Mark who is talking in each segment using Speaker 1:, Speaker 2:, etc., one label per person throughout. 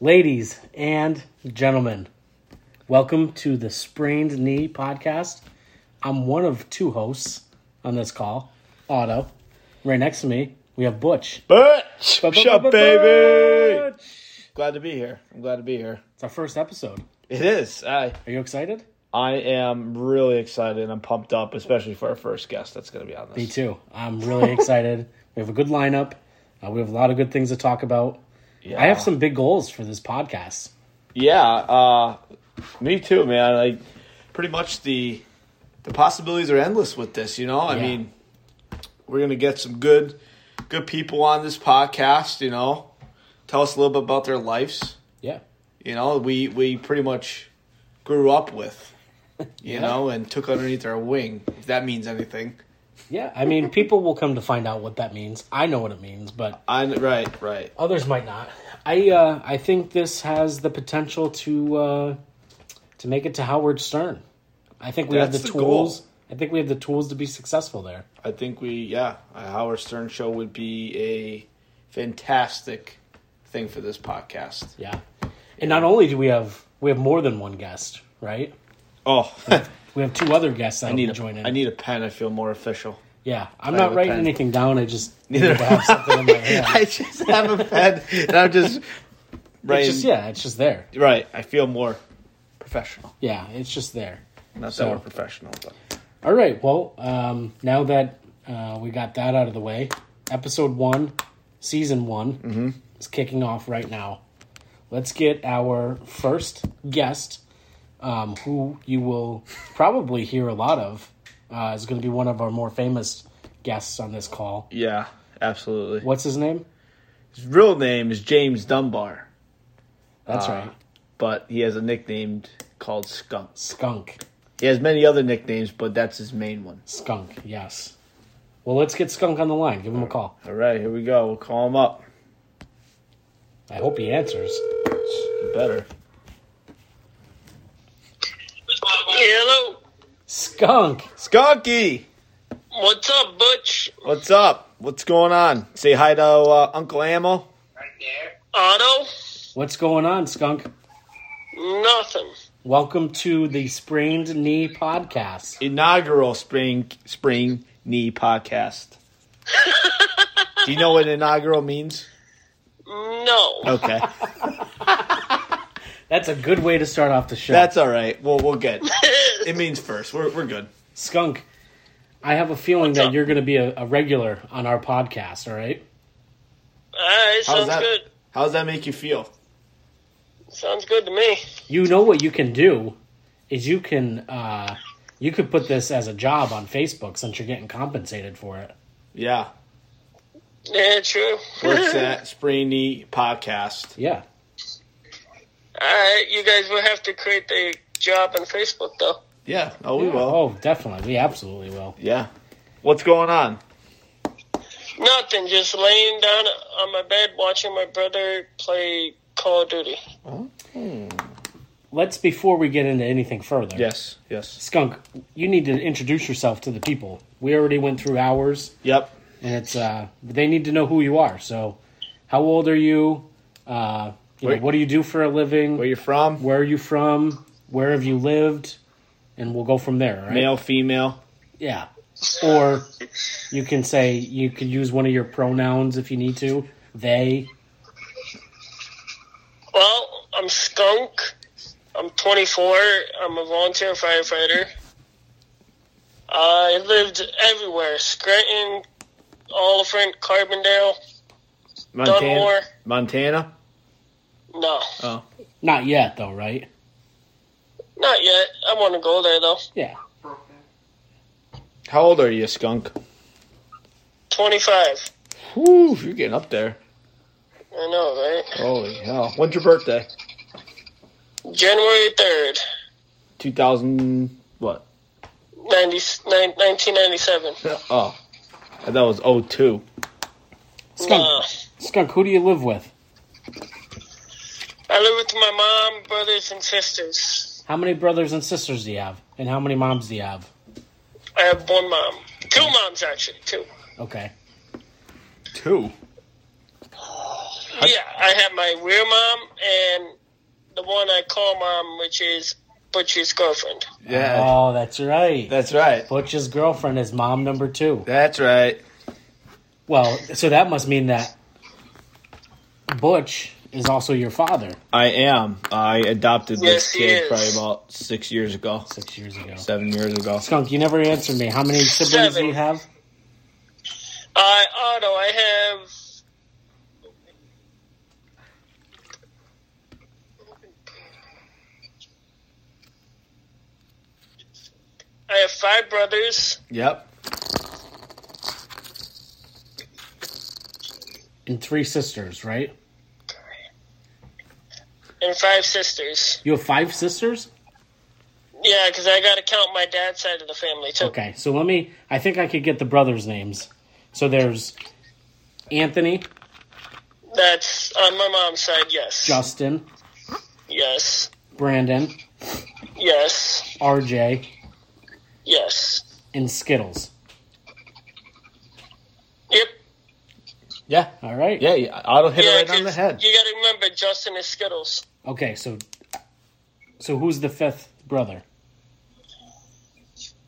Speaker 1: Ladies and gentlemen, welcome to the Sprained Knee Podcast. I'm one of two hosts on this call, Otto. Right next to me, we have Butch.
Speaker 2: Butch, what's up, baby?
Speaker 1: Butch!
Speaker 2: Glad to be here. I'm glad to be here.
Speaker 1: It's our first episode.
Speaker 2: It is. I
Speaker 1: Are you excited?
Speaker 2: I am really excited. I'm pumped up, especially for our first guest that's going to be on
Speaker 1: Me
Speaker 2: this.
Speaker 1: too. I'm really excited. We have a good lineup. Uh, we have a lot of good things to talk about.
Speaker 2: Yeah.
Speaker 1: I have some big goals for this podcast.
Speaker 2: Yeah, uh, me too, man. Like, pretty much the the possibilities are endless with this. You know, I
Speaker 1: Yeah.
Speaker 2: mean, we're going to get some good good people on this podcast. You know, tell us a little bit about their lives.
Speaker 1: Yeah.
Speaker 2: you know we we pretty much grew up with you
Speaker 1: Yeah.
Speaker 2: know and took underneath our wing if that means anything
Speaker 1: Yeah. I mean, people will come to find out what that means. I know what it means, but
Speaker 2: i right right
Speaker 1: others might not. I uh, I think this has the potential to uh, to make it to Howard Stern. I think we have
Speaker 2: That's
Speaker 1: the,
Speaker 2: the goal.
Speaker 1: tools. I think we have the tools to be successful there.
Speaker 2: i think we yeah a howard stern show would be a fantastic thing for this podcast
Speaker 1: Yeah. And not only do we have we have more than one guest, right?
Speaker 2: oh
Speaker 1: We have two other guests that
Speaker 2: i need
Speaker 1: will
Speaker 2: a,
Speaker 1: be joining.
Speaker 2: I need a pen i feel more official
Speaker 1: yeah, I'm
Speaker 2: I
Speaker 1: not
Speaker 2: have a
Speaker 1: writing
Speaker 2: pen.
Speaker 1: anything down. I just need
Speaker 2: Neither
Speaker 1: to have something in my hand.
Speaker 2: i just have a pen and i'm just right
Speaker 1: It's just yeah, it's just there.
Speaker 2: right i feel more professional
Speaker 1: Yeah, it's just there.
Speaker 2: not
Speaker 1: So-
Speaker 2: that we're professional but
Speaker 1: All right. Well, um, now that uh, we got that out of the way, episode one, season one
Speaker 2: Mm-hmm.
Speaker 1: is kicking off right now. Let's get our first guest, um, who you will probably hear a lot of, uh, is going to be one of our more famous guests on this call.
Speaker 2: yeah absolutely
Speaker 1: What's his name?
Speaker 2: his real name is james dunbar
Speaker 1: That's
Speaker 2: Uh,
Speaker 1: right,
Speaker 2: but he has a nickname called Skunk.
Speaker 1: Skunk.
Speaker 2: He has many other nicknames, but that's his main one.
Speaker 1: Skunk. Yes. Well, let's get Skunk on the line. Give him a call.
Speaker 2: All right, here we go. We'll call him up.
Speaker 1: I hope he answers.
Speaker 2: He better.
Speaker 3: Hello.
Speaker 1: Skunk.
Speaker 2: Skunky,
Speaker 3: What's up, Butch?
Speaker 2: what's up? What's going on? Say hi to uh, Uncle Ammo.
Speaker 3: Otto?
Speaker 1: What's going on, Skunk?
Speaker 3: Nothing.
Speaker 1: Welcome to the Sprained Knee Podcast.
Speaker 2: Inaugural spring spring knee podcast. Do you know what inaugural means?
Speaker 3: No.
Speaker 2: Okay,
Speaker 1: That's a good way to start off the show.
Speaker 2: that's all right. Well, we'll get. It means first. We're we're good.
Speaker 1: Skunk. I have a feeling that
Speaker 3: up?
Speaker 1: you're going to be a, a regular on our podcast. All right.
Speaker 3: Alright,
Speaker 2: How's
Speaker 3: sounds
Speaker 2: that?
Speaker 3: good.
Speaker 2: How does that make you feel?
Speaker 3: Sounds good to me.
Speaker 1: You know what you can do is you can uh, you could put this as a job on Facebook since you're getting compensated for it.
Speaker 2: Yeah,
Speaker 3: Yeah, true.
Speaker 2: works at spring knee podcast.
Speaker 1: Yeah.
Speaker 3: Alright, you guys will have to create the job on Facebook, though.
Speaker 2: Yeah. Oh, we
Speaker 1: Yeah,
Speaker 2: will.
Speaker 1: Oh, definitely. We absolutely will.
Speaker 2: Yeah. What's going on?
Speaker 3: Nothing, just laying down on my bed watching my brother play Call of Duty.
Speaker 1: Let's before we get into anything further.
Speaker 2: Yes. Yes.
Speaker 1: Skunk, you need to introduce yourself to the people. We already went through ours.
Speaker 2: Yep.
Speaker 1: and it's uh, they need to know who you are. So, how old are you? Uh, you know,
Speaker 2: Wait.
Speaker 1: what do you do for a living?
Speaker 2: Where you from?
Speaker 1: Where are you from? Where have you lived? And we'll go from there. all Right?
Speaker 2: Male, female.
Speaker 1: Yeah. Or you can say you could use one of your pronouns if you need to. They.
Speaker 3: Well, I'm Skunk. I'm 24. I'm a volunteer firefighter. I lived everywhere Scranton, Oliphant, Carbondale.
Speaker 2: Montana.
Speaker 3: Dunmore.
Speaker 2: Montana.
Speaker 3: No,
Speaker 2: Oh.
Speaker 1: Not yet, though, right?
Speaker 3: not yet. I want to go there though.
Speaker 1: Yeah.
Speaker 2: How old are you, skunk?
Speaker 3: 25.
Speaker 2: Whew, you're getting up there.
Speaker 3: I know,
Speaker 2: Holy hell. When's your birthday?
Speaker 3: right? January 3rd,
Speaker 2: 2000. What?
Speaker 3: 90, nine- 1997.
Speaker 2: Oh. That was 02.
Speaker 1: Skunk,
Speaker 3: Nah.
Speaker 1: Skunk, who do you live with?
Speaker 3: I live with my mom, brothers, and sisters.
Speaker 1: How many brothers and sisters do you have? And how many moms do you have?
Speaker 3: I have one mom. Two moms, actually, two.
Speaker 1: Okay.
Speaker 2: Two.
Speaker 3: yeah, I have my real mom and the one I call mom, which is Butchie's girlfriend.
Speaker 2: Yeah,
Speaker 1: Oh, that's right.
Speaker 2: Uh, that's right.
Speaker 1: Butch's girlfriend is mom number two.
Speaker 2: That's right.
Speaker 1: Well, so that must mean that Butch is also your father
Speaker 2: I am. I adopted this
Speaker 3: Yes, he
Speaker 2: kid
Speaker 3: is.
Speaker 2: probably about six years ago,
Speaker 1: six years ago.
Speaker 2: seven years ago.
Speaker 1: Skunk, you never answered me. How many siblings do
Speaker 3: Seven.
Speaker 1: you have?
Speaker 3: I Otto, I have. I have five brothers.
Speaker 2: Yep.
Speaker 1: And three sisters, right?
Speaker 3: and five sisters.
Speaker 1: You have five sisters?
Speaker 3: Yeah, because I got to count my dad's side of the family too.
Speaker 1: Okay, so let me. I think I could get the brothers' names. So there's Anthony,
Speaker 3: That's on my mom's side. Yes.
Speaker 1: Justin,
Speaker 3: Yes.
Speaker 1: Brandon,
Speaker 3: Yes.
Speaker 1: RJ,
Speaker 3: Yes.
Speaker 1: and Skittles.
Speaker 3: Yep.
Speaker 2: Yeah.
Speaker 1: All right.
Speaker 2: Yeah. yeah. Otto hit
Speaker 3: Yeah,
Speaker 2: it right on the
Speaker 3: 'cause
Speaker 2: head.
Speaker 3: You got to remember Justin is Skittles.
Speaker 1: Okay, so so who's the fifth brother?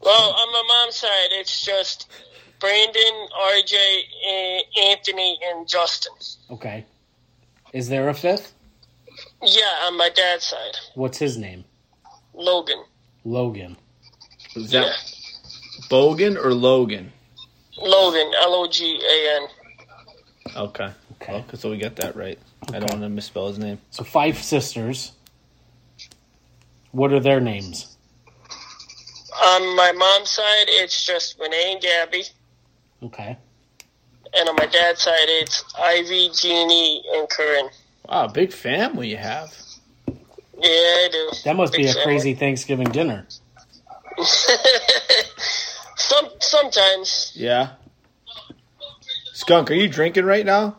Speaker 3: Well, on my mom's side, it's just Brandon, RJ, and Anthony, and Justin.
Speaker 1: Okay. Is there a fifth?
Speaker 3: Yeah, on my dad's side,
Speaker 1: What's his name?
Speaker 3: Logan.
Speaker 1: Logan.
Speaker 2: Is that Bogan or Logan?
Speaker 3: Logan, L O G A N.
Speaker 2: Okay.
Speaker 1: Okay.
Speaker 2: Okay. so we got that right. I don't want to misspell his name.
Speaker 1: So five sisters. What are their names?
Speaker 3: On my mom's side, it's just Renee and Gabby.
Speaker 1: Okay.
Speaker 3: And on my dad's side, it's Ivy, Jeannie, and Corinne.
Speaker 2: Wow, Ah, big family you have.
Speaker 3: Yeah, I do.
Speaker 1: That must be a
Speaker 3: Big
Speaker 1: crazy Thanksgiving dinner.
Speaker 3: family. Some sometimes
Speaker 2: Yeah. Skunk, are you drinking right now?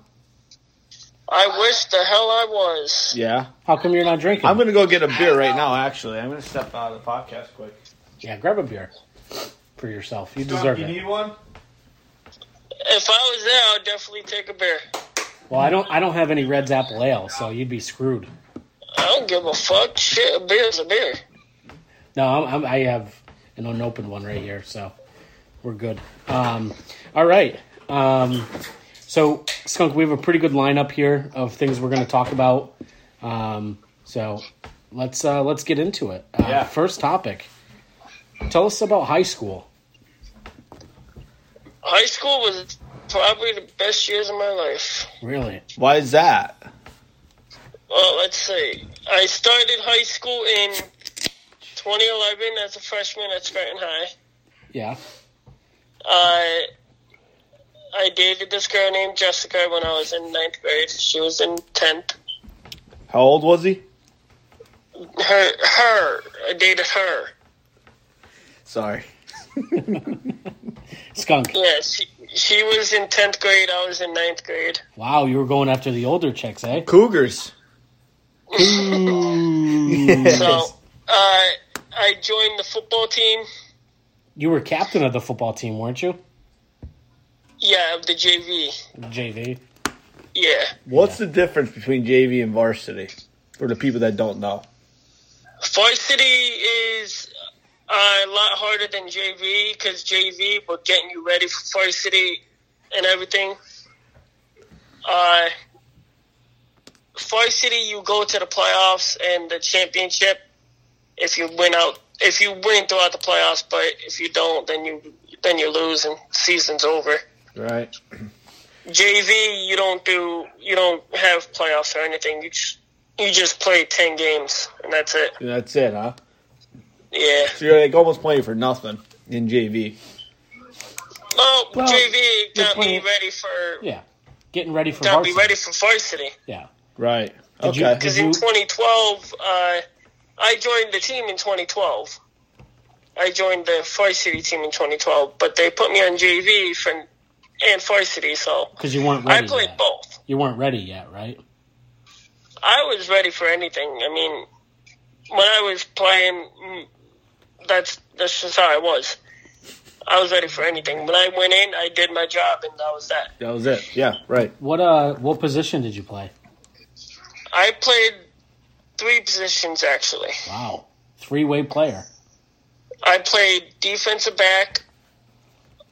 Speaker 3: I wish the hell I was.
Speaker 2: Yeah.
Speaker 1: How come you're not drinking?
Speaker 2: I'm gonna go get a beer right now. Actually, I'm gonna step out of the podcast quick.
Speaker 1: yeah, grab a beer for yourself. You
Speaker 2: Skunk,
Speaker 1: deserve
Speaker 2: you
Speaker 1: it.
Speaker 2: need one?
Speaker 3: If I was there, I'd definitely take a beer.
Speaker 1: Well, I don't. I don't have any Reds Apple Ale, so you'd be screwed.
Speaker 3: I don't give a fuck. Shit, a beer's a beer.
Speaker 1: No, I'm, I'm, I have an unopened one right here, so we're good. Um, all right. Um, so, Skunk, we have a pretty good lineup here of things we're going to talk about. Um, so, let's uh, let's get into it. Uh,
Speaker 2: Yeah.
Speaker 1: First topic. Tell us about high school.
Speaker 3: High school was probably the best years of my life.
Speaker 1: Really?
Speaker 2: Why is that?
Speaker 3: Well, let's see. I started high school in 2011 as a freshman at Scranton High.
Speaker 1: Yeah.
Speaker 3: I I dated this girl named Jessica when I was in ninth grade. She was in tenth.
Speaker 2: How old was he?
Speaker 3: Her her I dated her.
Speaker 2: Sorry.
Speaker 1: Skunk.
Speaker 3: Yeah, she she was in tenth grade. I was in ninth grade.
Speaker 1: Wow, you were going after the older chicks, eh?
Speaker 2: Cougars.
Speaker 3: So I uh, I joined the football team.
Speaker 1: You were captain of the football team, weren't you?
Speaker 3: Yeah, of the JV.
Speaker 1: JV.
Speaker 3: Yeah.
Speaker 2: What's the difference between JV and varsity? For the people that don't know.
Speaker 3: Varsity is a lot harder than JV because JV were getting you ready for varsity and everything. Uh, varsity, you go to the playoffs and the championship if you win out. If you win throughout the playoffs, but if you don't, then you then you lose and season's over.
Speaker 2: Right.
Speaker 3: JV, you don't do you don't have playoffs or anything. You just you just play ten games and that's it.
Speaker 2: And that's it, huh?
Speaker 3: Yeah.
Speaker 2: So you're like almost playing for nothing in JV.
Speaker 3: Well,
Speaker 1: Well,
Speaker 3: JV
Speaker 1: you're
Speaker 3: got me
Speaker 1: playing-
Speaker 3: ready for
Speaker 1: Yeah. Getting ready for
Speaker 3: got me
Speaker 1: varsity.
Speaker 3: ready for varsity
Speaker 1: Yeah.
Speaker 2: Right.
Speaker 1: Did you-
Speaker 2: okay.
Speaker 1: did
Speaker 3: because
Speaker 1: you-
Speaker 3: in 2012 uh, I joined the team in 2012. I joined the varsity team in 2012, but they put me on JV for and varsity, so
Speaker 1: Because you weren't
Speaker 3: I
Speaker 1: ready.
Speaker 3: played
Speaker 1: yet.
Speaker 3: both.
Speaker 1: You weren't ready yet, right?
Speaker 3: I was ready for anything. I mean, when I was playing, mm, that's that's just how I was. I was ready for anything. When I went in, I did my job, and that was that.
Speaker 2: That was it. Yeah, right.
Speaker 1: What uh what position did you play?
Speaker 3: I played three positions actually.
Speaker 1: Wow. Three way player.
Speaker 3: I played defensive back,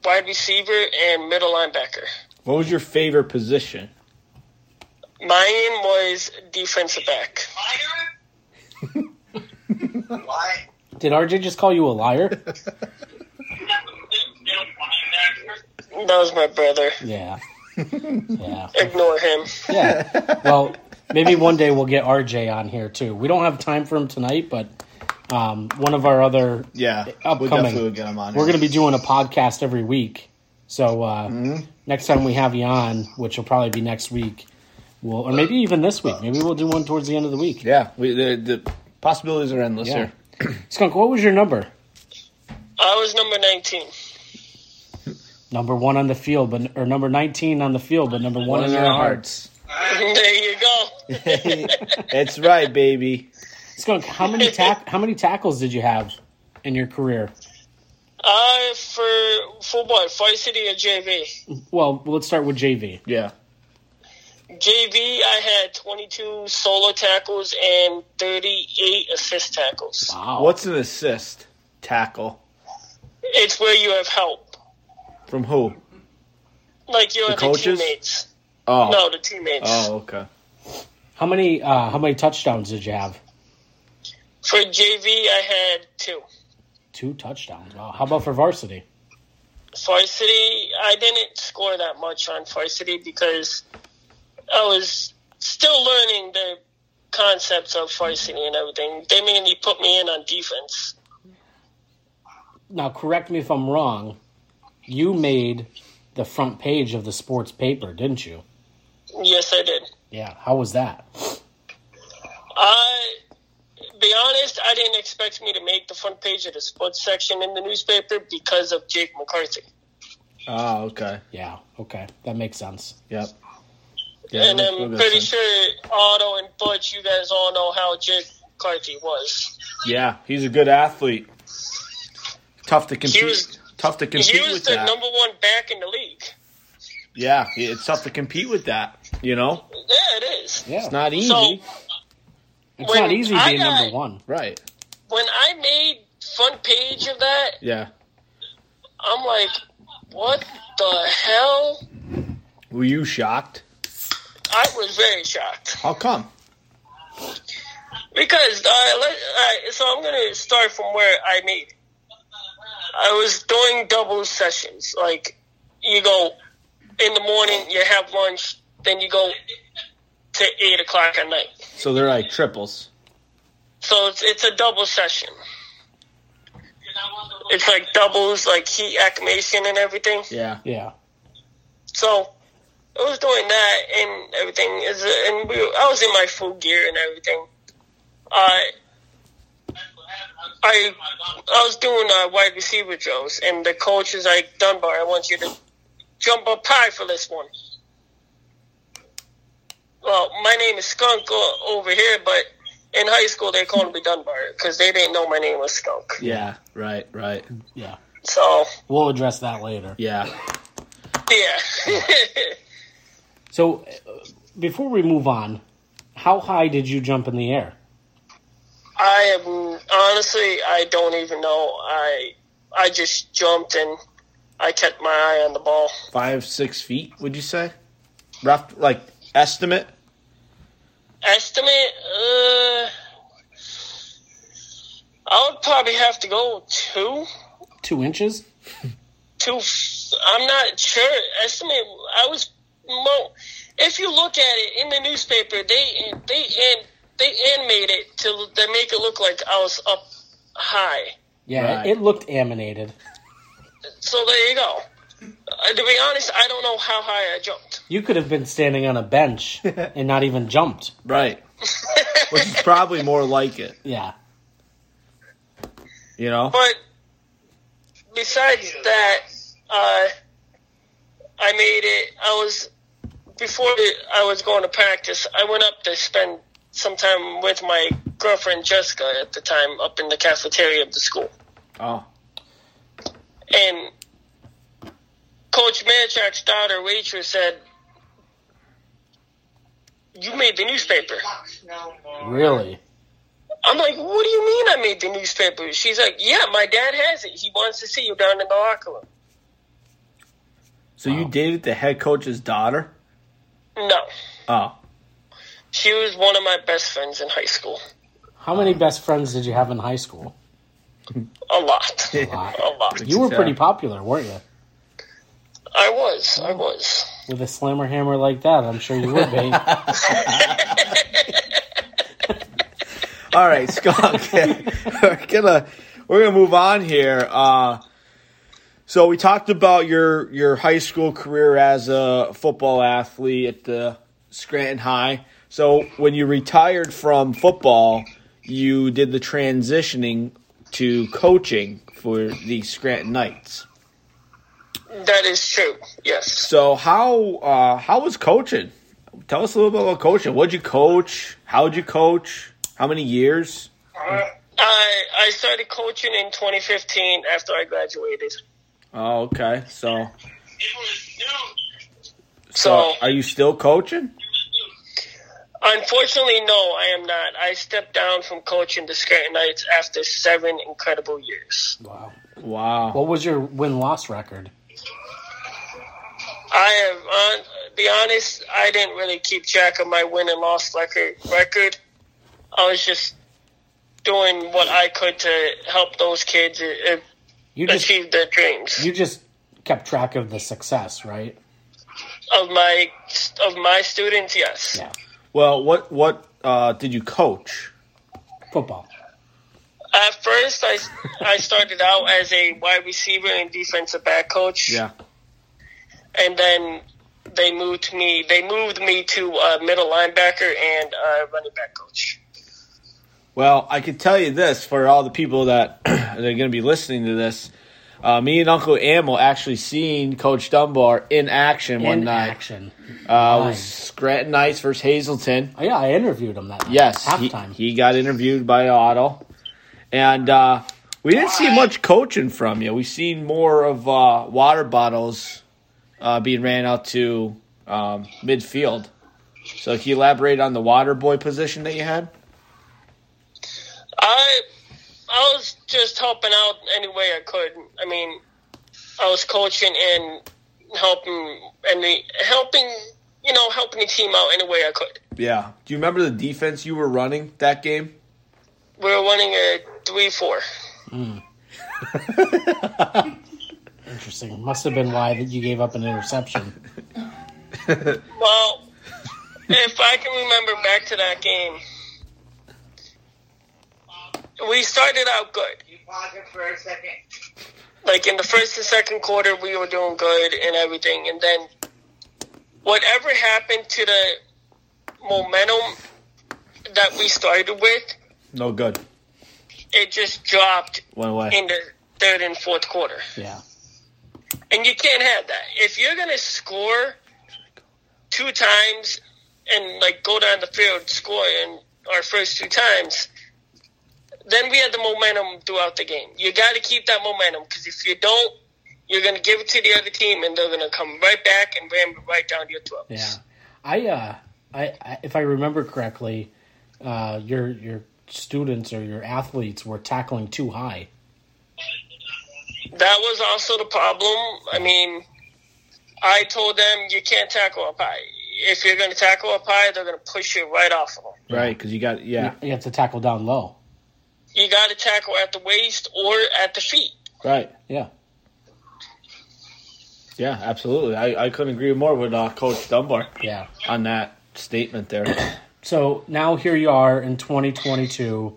Speaker 3: wide receiver, and middle linebacker.
Speaker 2: What was your favorite position?
Speaker 3: Mine was defensive back.
Speaker 4: Why?
Speaker 1: Did RJ just call you a liar?
Speaker 3: That was my brother.
Speaker 1: Yeah. Yeah.
Speaker 3: Ignore him.
Speaker 1: Yeah. Well, maybe one day we'll get RJ on here too. We don't have time for him tonight, but um, one of our other
Speaker 2: Yeah,
Speaker 1: Upcoming.
Speaker 2: we definitely would get him on.
Speaker 1: we're
Speaker 2: here.
Speaker 1: going to be doing a podcast every week. So uh, next time we have you on, which will probably be next week, we'll or maybe even this week. Maybe we'll do one towards the end of the week.
Speaker 2: Yeah, we, the, the possibilities are endless
Speaker 1: Yeah.
Speaker 2: here.
Speaker 1: Skunk, what was your number?
Speaker 3: I was number 19.
Speaker 1: Number one on the field, but or number nineteen on the field, but number one, in your heart.
Speaker 3: There you go.
Speaker 2: That's right, baby.
Speaker 1: Skunk, how many tack how many tackles did you have in your career?
Speaker 3: I for for what? Varsity or JV?
Speaker 1: Well, let's start with JV.
Speaker 2: Yeah,
Speaker 3: JV, I had 22 solo tackles and 38 assist tackles.
Speaker 1: Wow,
Speaker 2: what's an assist tackle
Speaker 3: It's where you have help,
Speaker 2: from who?
Speaker 3: like you
Speaker 2: The
Speaker 3: have
Speaker 2: coaches?
Speaker 3: teammates.
Speaker 2: Oh,
Speaker 3: No, the teammates.
Speaker 2: oh, okay.
Speaker 1: how many uh, how many touchdowns did you have?
Speaker 3: For JV, I had two.
Speaker 1: Two touchdowns. Wow. How about for varsity?
Speaker 3: Varsity, I didn't score that much on varsity because I was still learning the concepts of varsity and everything. They mainly put me in on defense.
Speaker 1: Now, correct me if I'm wrong. You made the front page of the sports paper, didn't you?
Speaker 3: Yes, I did.
Speaker 1: Yeah. How was that?
Speaker 3: I Uh, be honest, I didn't expect me to make the front page of the sports section in the newspaper because of Jake McCarthy.
Speaker 2: Oh, okay.
Speaker 1: Yeah. Okay, that makes sense.
Speaker 2: Yep. Yeah,
Speaker 3: and
Speaker 2: that makes real
Speaker 3: I'm
Speaker 2: good
Speaker 3: pretty
Speaker 2: sense.
Speaker 3: sure Otto and Butch, you guys all know how Jake McCarthy was.
Speaker 2: Yeah, he's a good athlete. Tough to compete.
Speaker 3: He was-
Speaker 2: tough to compete
Speaker 3: He was
Speaker 2: with
Speaker 3: the
Speaker 2: that.
Speaker 3: number one back in the league.
Speaker 2: yeah, it's tough to compete with that. You know,
Speaker 3: Yeah, it is.
Speaker 1: Yeah.
Speaker 2: it's not easy.
Speaker 3: So
Speaker 1: It's not
Speaker 3: When
Speaker 1: easy
Speaker 3: I
Speaker 1: being
Speaker 3: got-
Speaker 1: number one.
Speaker 2: right.
Speaker 3: when I made front page of that,
Speaker 2: Yeah.
Speaker 3: I'm like, what the hell?
Speaker 2: Were you shocked?
Speaker 3: I was very shocked.
Speaker 2: How come?
Speaker 3: Because uh, let, uh, so I'm gonna start from where I made. it. I was doing double sessions. Like you go in the morning, you have lunch, then you go to eight o'clock at night.
Speaker 2: So they're like triples.
Speaker 3: So it's it's a double session. It's like doubles, like heat acclimation and everything.
Speaker 2: Yeah.
Speaker 1: Yeah.
Speaker 3: So I was doing that and everything. Is and we, I was in my full gear and everything. I I I was doing uh, wide receiver drills, and the coach is like, Dunbar, I want you to jump up high for this one. Well, my name is Skunk o- over here, but in high school they called me Dunbar because they didn't know my name was Skunk.
Speaker 2: Yeah. Right. Right.
Speaker 1: Yeah.
Speaker 3: So
Speaker 1: We'll address that later.
Speaker 2: Yeah.
Speaker 3: yeah,
Speaker 1: So, uh, before we move on, how high did you jump in the air?
Speaker 3: I am honestly, I don't even know. I I just jumped and I kept my eye on the ball.
Speaker 2: Five six feet. Would you say? Rough like estimate.
Speaker 3: Estimate, uh, I would probably have to go two,
Speaker 1: Two inches?
Speaker 3: two. f- I'm not sure. Estimate, I was mo. If you look at it in the newspaper, they they and they animate it to they make it look like I was up high.
Speaker 1: Yeah.
Speaker 2: Right.
Speaker 1: It, it looked aminated.
Speaker 3: So there you go. Uh, to be honest, I don't know how high I jumped.
Speaker 1: You could have been standing on a bench and not even jumped.
Speaker 2: Right. Which is probably more like it.
Speaker 1: Yeah.
Speaker 2: You know.
Speaker 3: But besides that, uh, I made it. I was before I was going to practice. I went up to spend some time with my girlfriend Jessica at the time up in the cafeteria of the school,
Speaker 2: Oh.
Speaker 3: and Coach Manchak's daughter, Rachel, said, "You made the newspaper."
Speaker 1: Really?
Speaker 3: I'm like, what do you mean I made the newspaper? She's like, yeah, my dad has it. He wants to see you down in the locker room.
Speaker 2: So you dated the head coach's daughter?
Speaker 3: No,
Speaker 2: Oh,
Speaker 3: she was one of my best friends in high school.
Speaker 1: How
Speaker 2: Uh,
Speaker 1: many best friends did you have in high school?
Speaker 3: A lot,
Speaker 1: Wow.
Speaker 3: a lot.
Speaker 1: You were
Speaker 2: Yeah.
Speaker 1: pretty popular, weren't you?
Speaker 3: I was, I was.
Speaker 1: With a slammer hammer like that, I'm sure you would be.
Speaker 2: all right, Skunk. we're gonna we're gonna move on here. Uh, so we talked about your your high school career as a football athlete at the Scranton High. So when you retired from football, you did the transitioning to coaching for the Scranton Knights.
Speaker 3: That is true. Yes.
Speaker 2: So how uh, how was coaching? Tell us a little bit about coaching. What'd you coach? How'd you coach? How many years?
Speaker 3: I I started coaching in 2015 after I graduated.
Speaker 2: Oh, okay. So
Speaker 3: So
Speaker 2: are you still coaching?
Speaker 3: unfortunately, no, I am not. I stepped down from coaching the Scranton Knights after seven incredible years.
Speaker 1: Wow.
Speaker 2: Wow.
Speaker 1: What was your win loss record?
Speaker 3: I have, on be honest, I didn't really keep track of my win and loss record. Record, I was just doing what I could to help those kids uh,
Speaker 1: You just
Speaker 3: achieve their dreams
Speaker 1: you just kept track of the success, right?
Speaker 3: of my of my students. Yes,
Speaker 1: Yeah.
Speaker 2: Well, what what uh, did you coach?
Speaker 1: Football.
Speaker 3: at first I I started out as a wide receiver and defensive back coach. and then they moved me. They moved me to uh, middle linebacker and uh, running back coach.
Speaker 2: Well, I can tell you this for all the people that that are going to be listening to this. Uh, me and Uncle Am will actually seen Coach Dunbar in action one
Speaker 1: In
Speaker 2: night.
Speaker 1: action.
Speaker 2: Uh, it was
Speaker 1: Nice.
Speaker 2: Scranton Knights versus Hazleton.
Speaker 1: Oh, yeah, I interviewed him that night.
Speaker 2: Yes, he,
Speaker 1: Halftime.
Speaker 2: he got interviewed by Otto, and uh, we didn't see much coaching from you. We seen more of uh, water bottles uh, being ran out to um, midfield. So can you elaborate on the water boy position that you had?
Speaker 3: I I was just helping out any way I could. I mean, I was coaching and helping and the, helping you know helping the team out any way I could.
Speaker 2: Yeah. Do you remember the defense you were running that game?
Speaker 3: We were running a three four.
Speaker 1: Interesting. Must have been why that you gave up an interception.
Speaker 3: Well, if I can remember back to that game, we started out good.
Speaker 4: You pause it for a second.
Speaker 3: like in the first and second quarter we were doing good and everything and then whatever happened to the momentum that we started with
Speaker 2: No good.
Speaker 3: it just dropped
Speaker 2: Went away.
Speaker 3: in the third and fourth quarter
Speaker 1: Yeah.
Speaker 3: and you can't have that if you're going to score two times and like go down the field score in our first two times then we had the momentum throughout the game you got to keep that momentum because if you don't you're going to give it to the other team and they're going to come right back and ram it right down your throats
Speaker 1: Yeah, I, uh, I, I if I remember correctly, uh, your your students or your athletes were tackling too high.
Speaker 3: that was also the problem i mean i told them you can't tackle up high if you're going to tackle up high they're going to push you right off of them
Speaker 2: Right, because you got yeah.
Speaker 1: You have to tackle down low.
Speaker 3: you got to tackle at the waist or at the feet
Speaker 2: Right.
Speaker 1: Yeah,
Speaker 2: Yeah, absolutely. I, I couldn't agree more with uh, Coach Dunbar
Speaker 1: yeah.
Speaker 2: on that statement there.
Speaker 1: So now here you are in 2022,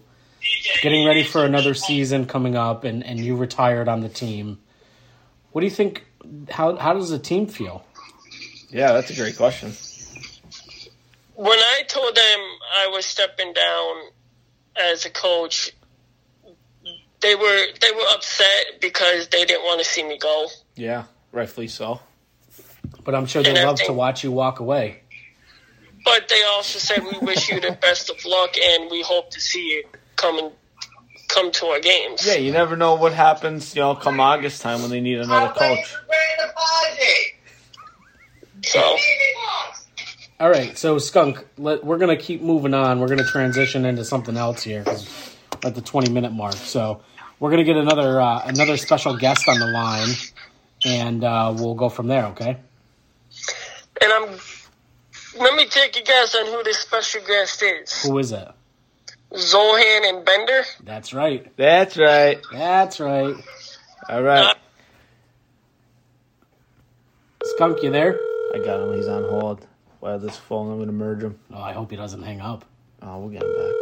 Speaker 1: getting ready for another season coming up, and and you retired on the team. What do you think? How how does the team feel?
Speaker 2: Yeah, that's a great question.
Speaker 3: when I told them I was stepping down as a coach, they were they were upset because they didn't want to see me go.
Speaker 2: Yeah, rightfully so.
Speaker 1: But I'm sure they
Speaker 3: And I
Speaker 1: love to
Speaker 3: think-
Speaker 1: watch you walk away.
Speaker 3: But they also said we wish you the best of luck and we hope to see you come and come to our games.
Speaker 2: Yeah, you never know what happens, you know, come August time when they need another
Speaker 4: I'm ready
Speaker 2: coach.
Speaker 4: to bring the pause it.
Speaker 3: So
Speaker 4: Leave it pause.
Speaker 1: All right, so Skunk, let, we're gonna keep moving on. We're gonna transition into something else here 'cause we're at the twenty minute mark. So we're gonna get another uh, another special guest on the line, and uh, we'll go from there. Okay.
Speaker 3: And I'm. Let me take you guys on who this special guest is.
Speaker 1: Who is it?
Speaker 3: Zohan and Bender.
Speaker 1: That's right.
Speaker 2: That's right.
Speaker 1: That's right.
Speaker 2: All right.
Speaker 1: Skunk, you there?
Speaker 2: I got him. He's on hold. Well, this phone, I'm going to merge him.
Speaker 1: Oh, I hope he doesn't hang up.
Speaker 2: Oh, we'll get him back.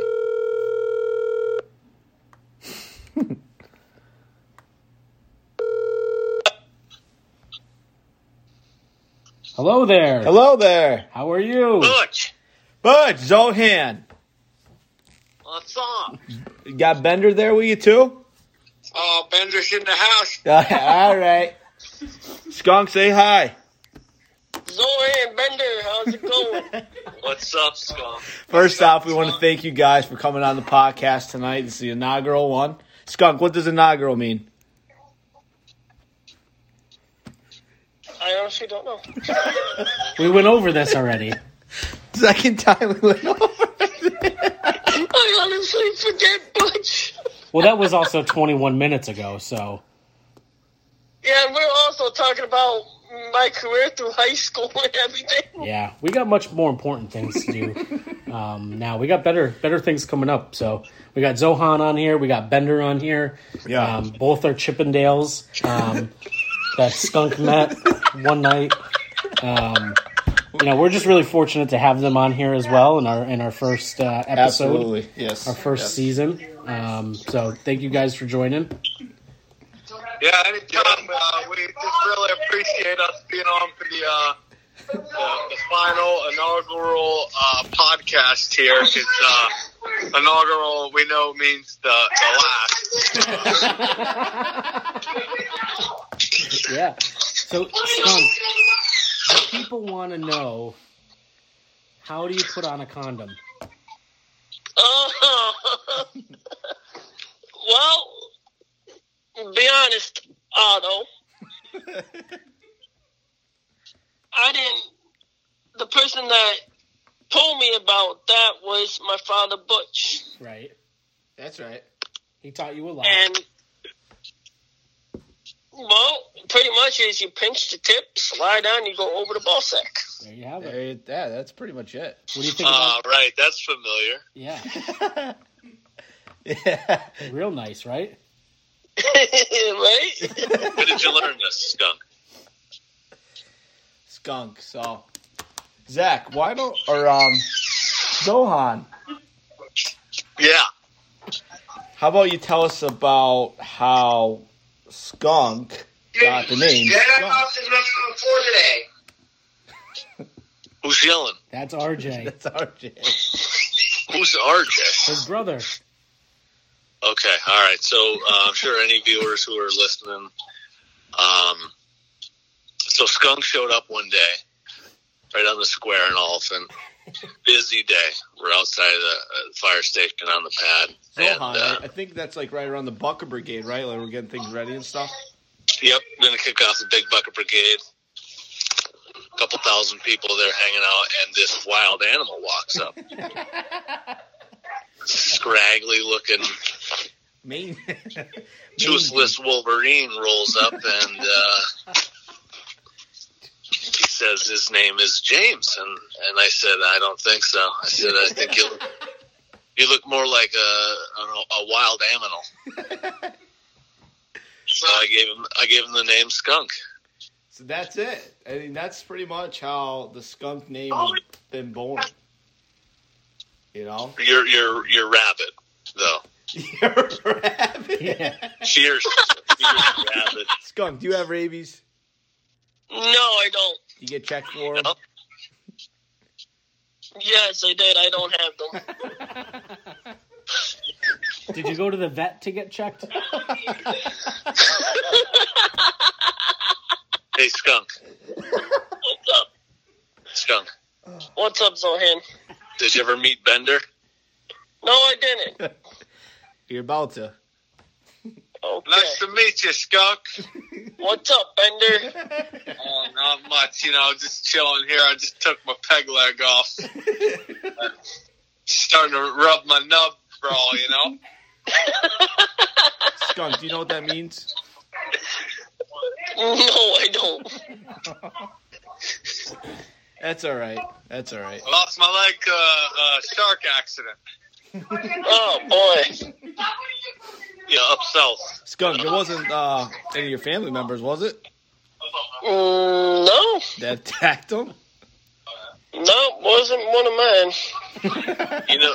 Speaker 1: Hello there.
Speaker 2: Hello there.
Speaker 1: How are you?
Speaker 3: Butch.
Speaker 2: Bud, Zohan.
Speaker 3: What's up?
Speaker 2: You got Bender there with you, too?
Speaker 3: Oh, Bender's in the house.
Speaker 2: All right. Skunk, say hi.
Speaker 3: Zohan, Bender, how's it going? What's up, Scott?
Speaker 2: First off, we want to thank you guys for coming on the podcast tonight. It's the inaugural one. Skunk, what does inaugural mean?
Speaker 3: I honestly don't know.
Speaker 1: We went over this already.
Speaker 2: Second time we went over.
Speaker 3: I honestly forget Butch.
Speaker 1: Well, that was also 21 minutes ago, so
Speaker 3: Yeah, and we're also talking about my career through high school and everything.
Speaker 1: yeah, we got much more important things to do. Um, now we got better better things coming up. So we got Zohan on here, we got Bender on here.
Speaker 2: Yeah.
Speaker 1: um, both are Chippendales um, that Skunk met one night. Um, you know, we're just really fortunate to have them on here as well in our in our first uh, episode.
Speaker 2: Absolutely. Yes.
Speaker 1: our first season. Um, so thank you guys for joining.
Speaker 4: Yeah, anytime. Uh, we just really appreciate us being on for the, uh, the, the final inaugural uh, podcast here. It's uh, inaugural, we know, means the, the last.
Speaker 1: Yeah. So Skunk, the people want to know how do you put on a condom?
Speaker 3: Oh. well, be honest, Otto. I didn't. The person that told me about that was my father, Butch.
Speaker 1: Right.
Speaker 2: That's right.
Speaker 1: He taught you a lot.
Speaker 3: And well, pretty much is you pinch the tip, slide down, you go over the ball sack.
Speaker 1: There you have it.
Speaker 2: Yeah, that's pretty much it.
Speaker 1: What do you think
Speaker 4: Uh,
Speaker 1: about?
Speaker 4: right, that's familiar.
Speaker 1: Yeah,
Speaker 2: Yeah.
Speaker 1: real nice, right?
Speaker 3: right?
Speaker 4: Where did you learn this, Skunk?
Speaker 2: Skunk, so. Zach, why don't. Or, um. Zohan,
Speaker 4: Yeah.
Speaker 2: how about you tell us about how Skunk got the name? Skunk?
Speaker 4: before today. Who's yelling?
Speaker 1: That's RJ,
Speaker 2: That's RJ.
Speaker 4: Who's RJ?
Speaker 1: his brother.
Speaker 4: Okay, all right. So uh, I'm sure any viewers who are listening. Um, so Skunk showed up one day, right on the square in Alton. Busy day. We're outside of the uh, fire station on the pad.
Speaker 2: Zohan,
Speaker 4: And, uh,
Speaker 2: I- I think that's like right around the Bucker Brigade, right? Like we're getting things ready and stuff.
Speaker 4: Yep, gonna kick off the Big Bucket Brigade. A couple thousand people there hanging out, and this wild animal walks up. Scraggly looking,
Speaker 2: Main.
Speaker 4: toothless Wolverine rolls up and uh, he says his name is James, and and I said I don't think so. I said I think you you look more like a I don't know, a wild animal. So I gave him I gave him the name Skunk.
Speaker 2: So that's it. I mean, that's pretty much how the skunk name
Speaker 4: Oh,
Speaker 2: has been born. You know?
Speaker 4: You're you're you're rabid though.
Speaker 2: You're a rabbit.
Speaker 1: Yeah.
Speaker 4: Cheers, Cheers rabid.
Speaker 2: Skunk, do you have rabies?
Speaker 3: no, I don't.
Speaker 2: Do you get checked for 'em?
Speaker 4: No.
Speaker 3: Yes, I did. I don't have them.
Speaker 1: Did you go to the vet to get checked?
Speaker 4: Hey Skunk,
Speaker 3: What's up?
Speaker 4: Skunk.
Speaker 3: What's up, Zohan?
Speaker 4: Did you ever meet Bender?
Speaker 3: No, I didn't.
Speaker 2: You're about to.
Speaker 3: Okay.
Speaker 4: Nice to meet you, Skunk.
Speaker 3: What's up, Bender?
Speaker 4: Oh, not much, you know, just chilling here. I just took my peg leg off. Starting to rub my nub brawl, you know?
Speaker 2: Skunk, do you know what that means?
Speaker 3: No, I don't.
Speaker 2: That's all right. That's all right.
Speaker 4: I lost my leg to a, a shark accident.
Speaker 3: Oh boy.
Speaker 4: Yeah, up south.
Speaker 2: Skunk, it wasn't uh, any of your family members, was it?
Speaker 3: Mm, no,
Speaker 2: That attacked him?
Speaker 3: no, wasn't one of mine.
Speaker 4: You know,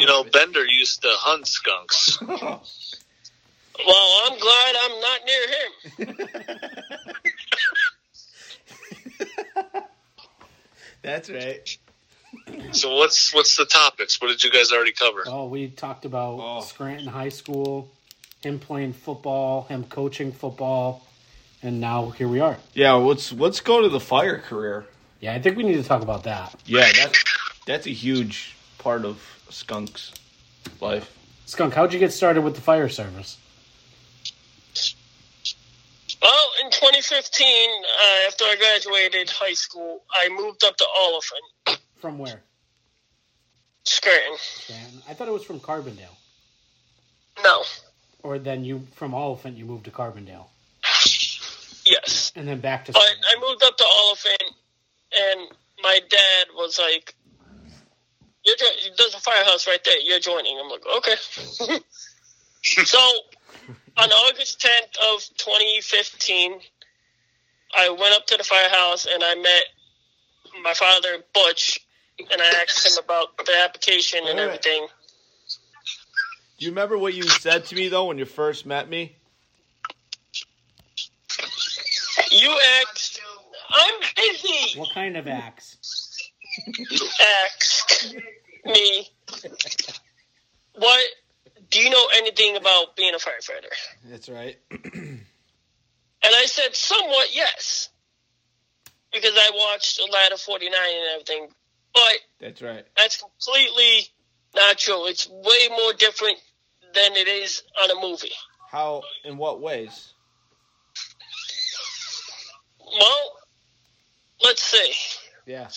Speaker 4: you know, Bender used to hunt skunks.
Speaker 3: Well, I'm glad I'm not near him.
Speaker 2: That's right.
Speaker 4: So what's what's the topics? What did you guys already cover?
Speaker 1: Oh, we talked about
Speaker 2: Oh.
Speaker 1: Scranton High School, him playing football, him coaching football, and now here we are.
Speaker 2: Yeah, let's let's go to the fire career.
Speaker 1: Yeah, I think we need to talk about that.
Speaker 2: Yeah, that's that's a huge part of Skunk's life.
Speaker 1: Skunk, how'd you get started with the fire service?
Speaker 3: Well, in 2015, uh, after I graduated high school, I moved up to Oliphant,
Speaker 1: From where?
Speaker 3: Scranton.
Speaker 1: Dan? I thought it was from Carbondale.
Speaker 3: No,
Speaker 1: Or then you from Oliphant you moved to Carbondale.
Speaker 3: yes.
Speaker 1: And then back to
Speaker 3: But
Speaker 1: Scranton.
Speaker 3: I moved up to Oliphant, and my dad was like, "You're jo- there's a firehouse right there. You're joining." I'm like, "Okay." so, on August 10th of 2015, I went up to the firehouse and I met my father, Butch, and I asked him about the application and everything.
Speaker 2: Do you remember what you said to me though when you first met me?
Speaker 3: You asked. I'm busy.
Speaker 1: What kind of axe?
Speaker 3: asked me, "What do you know anything about being a firefighter?"
Speaker 2: That's right.
Speaker 3: And I said, "Somewhat, yes," because I watched a lot of Forty Nine and everything. But
Speaker 2: That's right.
Speaker 3: that's completely not true. It's way more different than it is on a movie.
Speaker 2: How in what ways?
Speaker 3: Well, let's see.
Speaker 2: Yeah.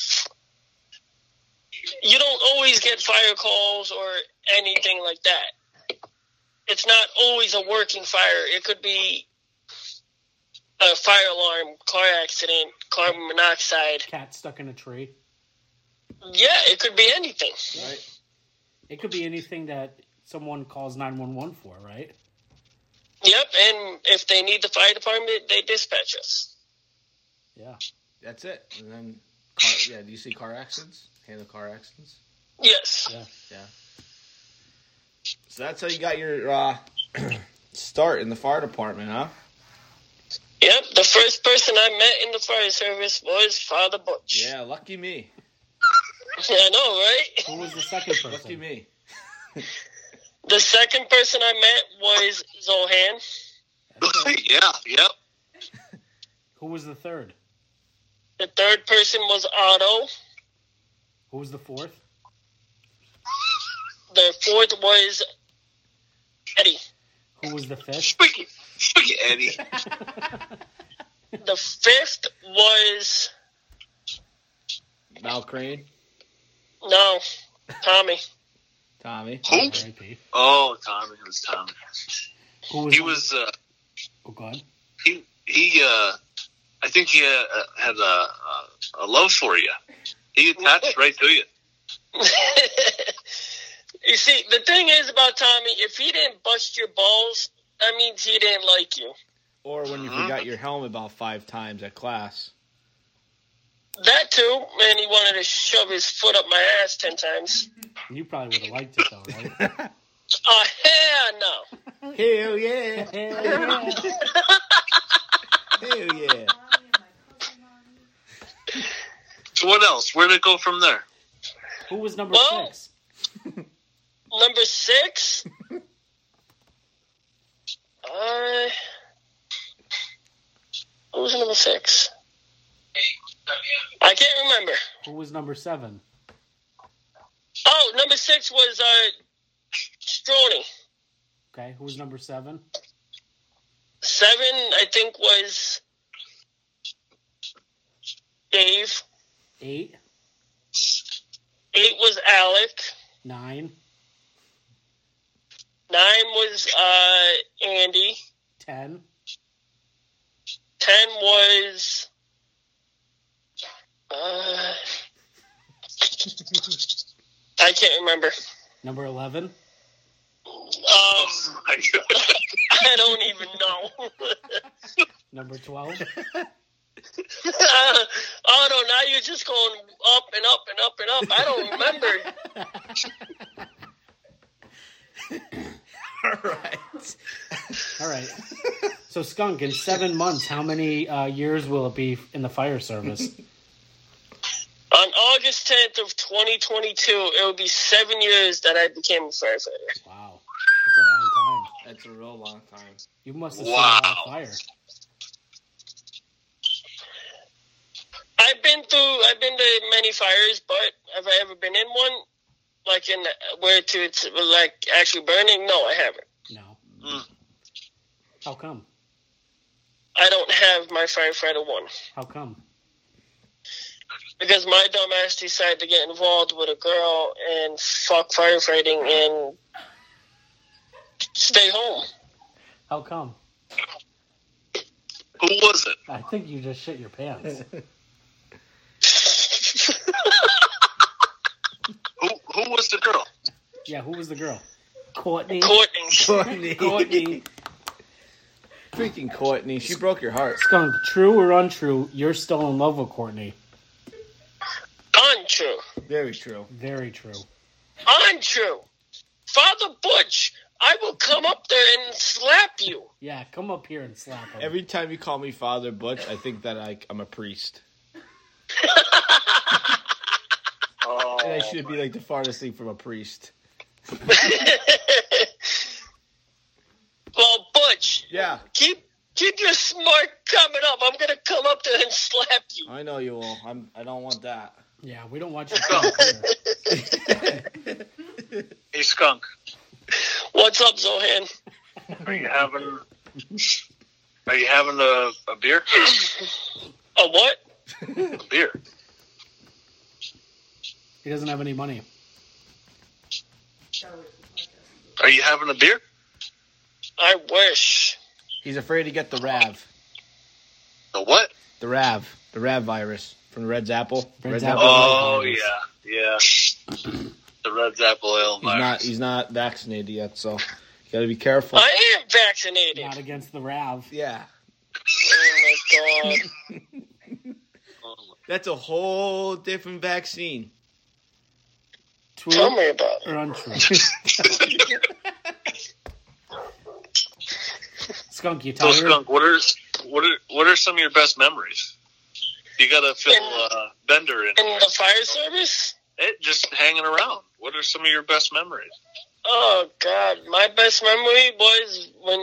Speaker 3: you don't always get fire calls or anything like that. It's not always a working fire. It could be a fire alarm, car accident, carbon monoxide.
Speaker 1: Cat stuck in a tree.
Speaker 3: Yeah, it could be anything.
Speaker 2: Right.
Speaker 1: It could be anything that someone calls nine one one for, right?
Speaker 3: Yep, and if they need the fire department, they dispatch us.
Speaker 1: Yeah.
Speaker 2: That's it. And then car, yeah, do you see car accidents? Handle car accidents?
Speaker 3: Yes.
Speaker 1: Yeah.
Speaker 2: Yeah. So that's how you got your uh, start in the fire department, huh?
Speaker 3: Yep, the first person I met in the fire service was Father Butch.
Speaker 2: Yeah, lucky me.
Speaker 3: I know, right?
Speaker 1: Who was the second
Speaker 2: Lucky
Speaker 1: person?
Speaker 2: me.
Speaker 3: The second person I met was Zohan.
Speaker 4: yeah, yep.
Speaker 1: Who was the third?
Speaker 3: The third person was Otto.
Speaker 1: Who was the fourth?
Speaker 3: The fourth was Eddie.
Speaker 1: Who was the fifth?
Speaker 4: Squeaky, squeaky Eddie.
Speaker 3: The fifth was
Speaker 2: Mal Crane,
Speaker 3: no Tommy.
Speaker 2: Tommy.
Speaker 4: Who?
Speaker 1: R.I.P.
Speaker 4: Oh, Tommy. It was Tommy.
Speaker 1: Who was
Speaker 4: He was. Uh,
Speaker 1: Oh god.
Speaker 4: he he uh I think he uh, had a, a a love for you. He attached right to you.
Speaker 3: you see, the thing is about Tommy, if he didn't bust your balls, that means he didn't like you.
Speaker 2: Or when you forgot your helmet about five times at class.
Speaker 3: That too, and he wanted to shove his foot up my ass ten times.
Speaker 1: You probably would have liked it though, right?
Speaker 3: Oh hell no!
Speaker 2: Hell yeah!
Speaker 1: Hell yeah.
Speaker 2: Hell yeah!
Speaker 4: So what else? Where'd it go from there?
Speaker 1: Who was number
Speaker 3: Well-
Speaker 1: six?
Speaker 3: Number six. Uh, who was number six? I can't remember.
Speaker 1: Who was number seven?
Speaker 3: Oh, number six was uh, Stroney.
Speaker 1: Okay, who was number seven?
Speaker 3: seven, I think, was Dave.
Speaker 1: Eight,
Speaker 3: Eight was Alec.
Speaker 1: nine,
Speaker 3: Nine was uh, Andy.
Speaker 1: ten,
Speaker 3: Ten was. Uh, I can't remember.
Speaker 1: number 11.
Speaker 3: Um,
Speaker 4: I
Speaker 3: I don't even know.
Speaker 1: Number 12,
Speaker 3: oh no! Now you're just going up and up and up and up. I don't remember.
Speaker 2: All right.
Speaker 1: All right. So, Skunk, in seven months, how many uh, years will it be in the fire service?
Speaker 3: On August 10th of 2022, it will be seven years that I became a firefighter.
Speaker 1: Wow. That's a long time.
Speaker 5: That's a real long time.
Speaker 1: You must have seen a lot of
Speaker 4: Wow.
Speaker 1: fire.
Speaker 3: I've been through, I've been to many fires, but have I ever been in one? Like in where to it's like actually burning? No, I haven't.
Speaker 1: No.
Speaker 4: Mm.
Speaker 1: How come?
Speaker 3: I don't have my firefighter one
Speaker 1: How come?
Speaker 3: because my dumbass decided to get involved with a girl and fuck firefighting and stay home.
Speaker 1: How come?
Speaker 4: Who was it?
Speaker 1: I think you just shit your pants.
Speaker 4: Who who was the girl?
Speaker 1: yeah, who was the girl? Courtney.
Speaker 3: Courtney,
Speaker 2: Courtney.
Speaker 1: Courtney.
Speaker 2: Freaking Courtney. She broke your heart.
Speaker 1: Skunk, true or untrue, you're still in love with Courtney.
Speaker 3: untrue.
Speaker 2: Very true.
Speaker 1: Very true.
Speaker 3: Untrue. Father Butch, I will come up there and slap you.
Speaker 1: Yeah, come up here and slap him.
Speaker 2: Every time you call me Father Butch, I think that I, I'm a priest.
Speaker 4: Oh,
Speaker 2: And I should be like the farthest thing from a priest.
Speaker 3: well, Butch,
Speaker 2: Yeah,
Speaker 3: keep keep your smart coming up. I'm gonna come up there and slap you.
Speaker 2: I know you will. I'm. I don't want that.
Speaker 1: yeah, we don't want you to come up here.
Speaker 4: hey skunk.
Speaker 3: What's up, Zohan?
Speaker 4: Are you having Are you having a, a beer?
Speaker 3: A what?
Speaker 4: A beer.
Speaker 1: He doesn't have any money.
Speaker 4: Are you having a beer?
Speaker 3: I wish.
Speaker 2: He's afraid to get the Rav,
Speaker 4: The what?
Speaker 2: the Rav, the Rav virus from the Red's apple.
Speaker 1: Red's apple.
Speaker 4: Oh
Speaker 1: Coronavirus.
Speaker 4: yeah, yeah. The Red's apple ale
Speaker 2: He's not.
Speaker 4: virus.
Speaker 2: He's not vaccinated yet, so you got to be careful.
Speaker 3: I am vaccinated.
Speaker 1: Not against the Rav.
Speaker 2: Yeah,
Speaker 3: Oh my god.
Speaker 4: Um,
Speaker 2: that's a whole different vaccine.
Speaker 3: Tell
Speaker 1: True
Speaker 3: me about it.
Speaker 1: or untrue? Skunk, you
Speaker 4: So
Speaker 1: tired?
Speaker 4: skunk, what are what are what are some of your best memories? You got to fill uh, Bender in.
Speaker 3: In the fire service?
Speaker 4: It, just hanging around. What are some of your best memories?
Speaker 3: Oh god, my best memory was when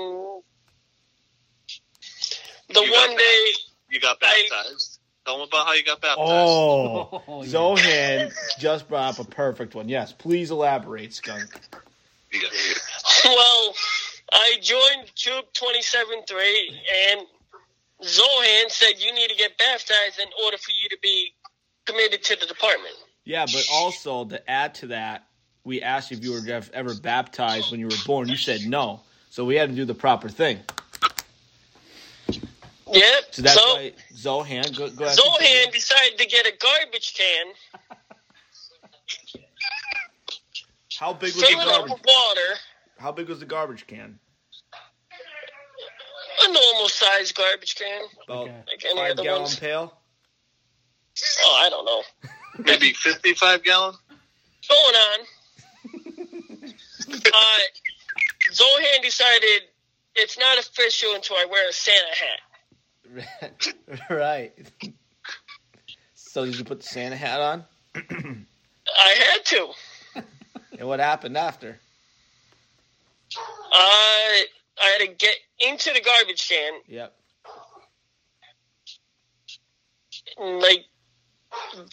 Speaker 3: the
Speaker 4: You got
Speaker 3: one day
Speaker 4: You got
Speaker 3: I-
Speaker 4: baptized. Tell them about how you got baptized.
Speaker 2: Oh,
Speaker 1: Oh, yeah.
Speaker 2: Zohan just brought up a perfect one. Yes, please elaborate, Skunk.
Speaker 4: You got-
Speaker 3: Well, I joined Troop 27-3, and Zohan said you need to get baptized in order for you to be committed to the department.
Speaker 2: Yeah, but also to add to that, we asked if you were ev- ever baptized when you were born. You said no, so we had to do the proper thing.
Speaker 3: Yep.
Speaker 2: So
Speaker 3: So,
Speaker 2: that's why Zohan, go, go ahead.
Speaker 3: Zohan decided to get a garbage can,
Speaker 2: How big was the
Speaker 3: fill it up
Speaker 2: garbage?
Speaker 3: with water,
Speaker 2: How big was the garbage can?
Speaker 3: a normal size garbage can,
Speaker 2: About
Speaker 1: Okay.
Speaker 3: like any
Speaker 2: five
Speaker 3: other
Speaker 2: gallon
Speaker 3: ones.
Speaker 2: pail.
Speaker 3: Oh, I don't know.
Speaker 4: Maybe fifty-five gallon.
Speaker 3: Going on. uh, Zohan decided it's not official until I wear a Santa hat.
Speaker 2: right. So did you put the Santa hat on?
Speaker 3: I had to.
Speaker 2: And what happened after?
Speaker 3: I I had to get into the garbage can
Speaker 2: Yep.
Speaker 3: and like I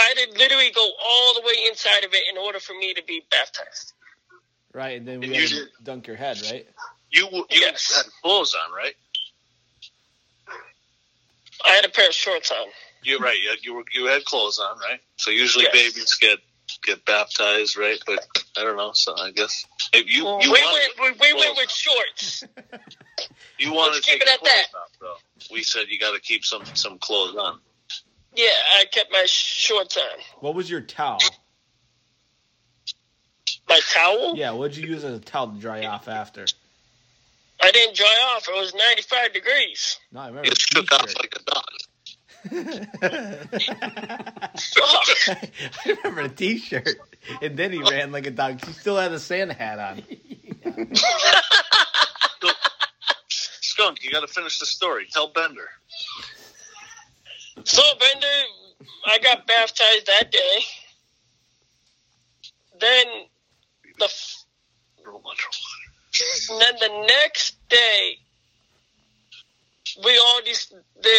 Speaker 3: had to literally go all the way inside of it in order for me to be baptized.
Speaker 2: Right, and then we
Speaker 4: And
Speaker 2: had
Speaker 4: you
Speaker 2: to
Speaker 4: did-
Speaker 2: dunk your head, right?
Speaker 4: You you
Speaker 3: Yes.
Speaker 4: had clothes on, right?
Speaker 3: I had a pair of shorts on.
Speaker 4: You're right. You had, you, were, you had clothes on, right? So usually
Speaker 3: Yes.
Speaker 4: babies get get baptized, right? But I don't know. So I guess if
Speaker 3: we
Speaker 4: you you wanted,
Speaker 3: went we, we
Speaker 4: clothes
Speaker 3: went with shorts.
Speaker 4: you wanted
Speaker 3: let's
Speaker 4: to
Speaker 3: keep
Speaker 4: take
Speaker 3: it at
Speaker 4: clothes
Speaker 3: that.
Speaker 4: off, though. We said you got to keep some some clothes on.
Speaker 3: Yeah, I kept my shorts on.
Speaker 2: What was your towel?
Speaker 3: My towel?
Speaker 2: Yeah, what'd you use as a towel to dry off after?
Speaker 3: I didn't dry off. It was 95 degrees.
Speaker 2: No, I remember.
Speaker 4: It shook off like a dog.
Speaker 3: Fuck.
Speaker 2: I remember the T-shirt, and then he ran like a dog. He still had a Santa hat on.
Speaker 4: Skunk, you got to finish the story. Tell Bender.
Speaker 3: So Bender, I got baptized that day. Then the f- then the next day, we all just the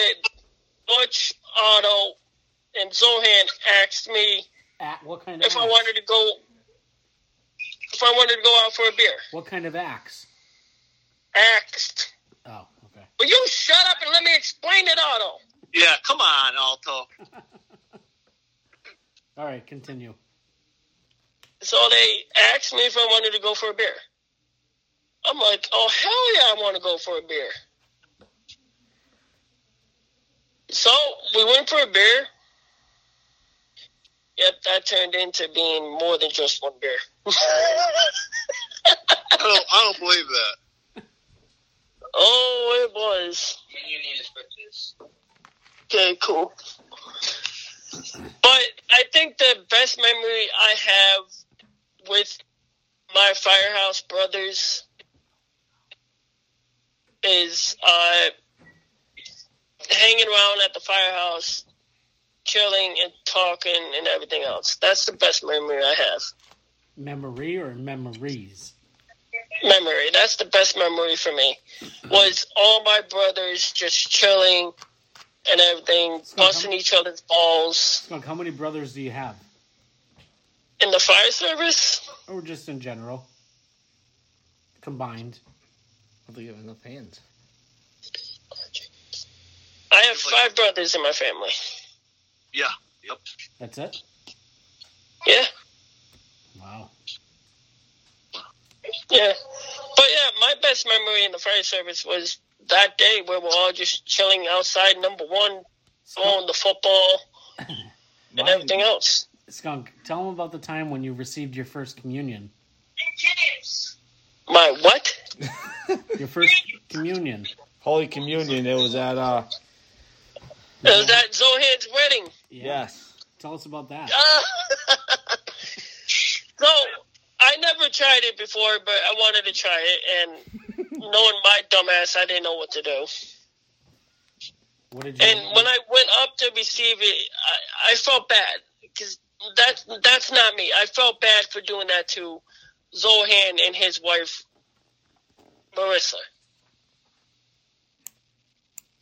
Speaker 3: Butch Otto and Zohan asked me
Speaker 1: At what kind of
Speaker 3: if I
Speaker 1: axe?
Speaker 3: wanted to go if I wanted to go out for a beer.
Speaker 1: What kind of axe?
Speaker 3: Asked.
Speaker 1: Oh, okay.
Speaker 3: Will you shut up and let me explain it, Otto?
Speaker 4: Yeah, come on, Alto.
Speaker 1: All right, continue.
Speaker 3: So they asked me if I wanted to go for a beer. I'm like, oh hell yeah, I want to go for a beer. So we went for a beer. Yep, that turned into being more than just one beer.
Speaker 4: I don't, I don't believe that.
Speaker 3: oh, it was. Okay, cool. But I think the best memory I have with my Firehouse brothers is uh, hanging around at the firehouse, chilling and talking and everything else. That's the best memory I have.
Speaker 1: Memory or memories?
Speaker 3: memory. That's the best memory for me. Was all my brothers just chilling and everything, busting each other's balls
Speaker 1: Skunk, how many brothers do you have?
Speaker 3: in the fire service.
Speaker 1: Or just in general? Combined.
Speaker 2: I don't think I have enough hands.
Speaker 3: I have five brothers in my family.
Speaker 4: Yeah. Yep.
Speaker 1: That's it?
Speaker 3: Yeah,
Speaker 1: Wow.
Speaker 3: yeah. But yeah, my best memory in the fire service was that day where we're all just chilling outside. Number one, throwing the football and everything else.
Speaker 1: Skunk, tell them about the time when you received your first communion.
Speaker 3: My what?
Speaker 1: Your first communion.
Speaker 2: Holy Communion. It was at uh.
Speaker 3: It was at Zohan's wedding.
Speaker 1: Yeah.
Speaker 2: Yes.
Speaker 1: Tell us about that.
Speaker 3: so I never tried it before, but I wanted to try it, and knowing my dumbass, I didn't know what to do.
Speaker 1: What did you?
Speaker 3: And when I went up to receive it, I, I felt bad because that that's not me. I felt bad for doing that to Zohan and his wife Marissa.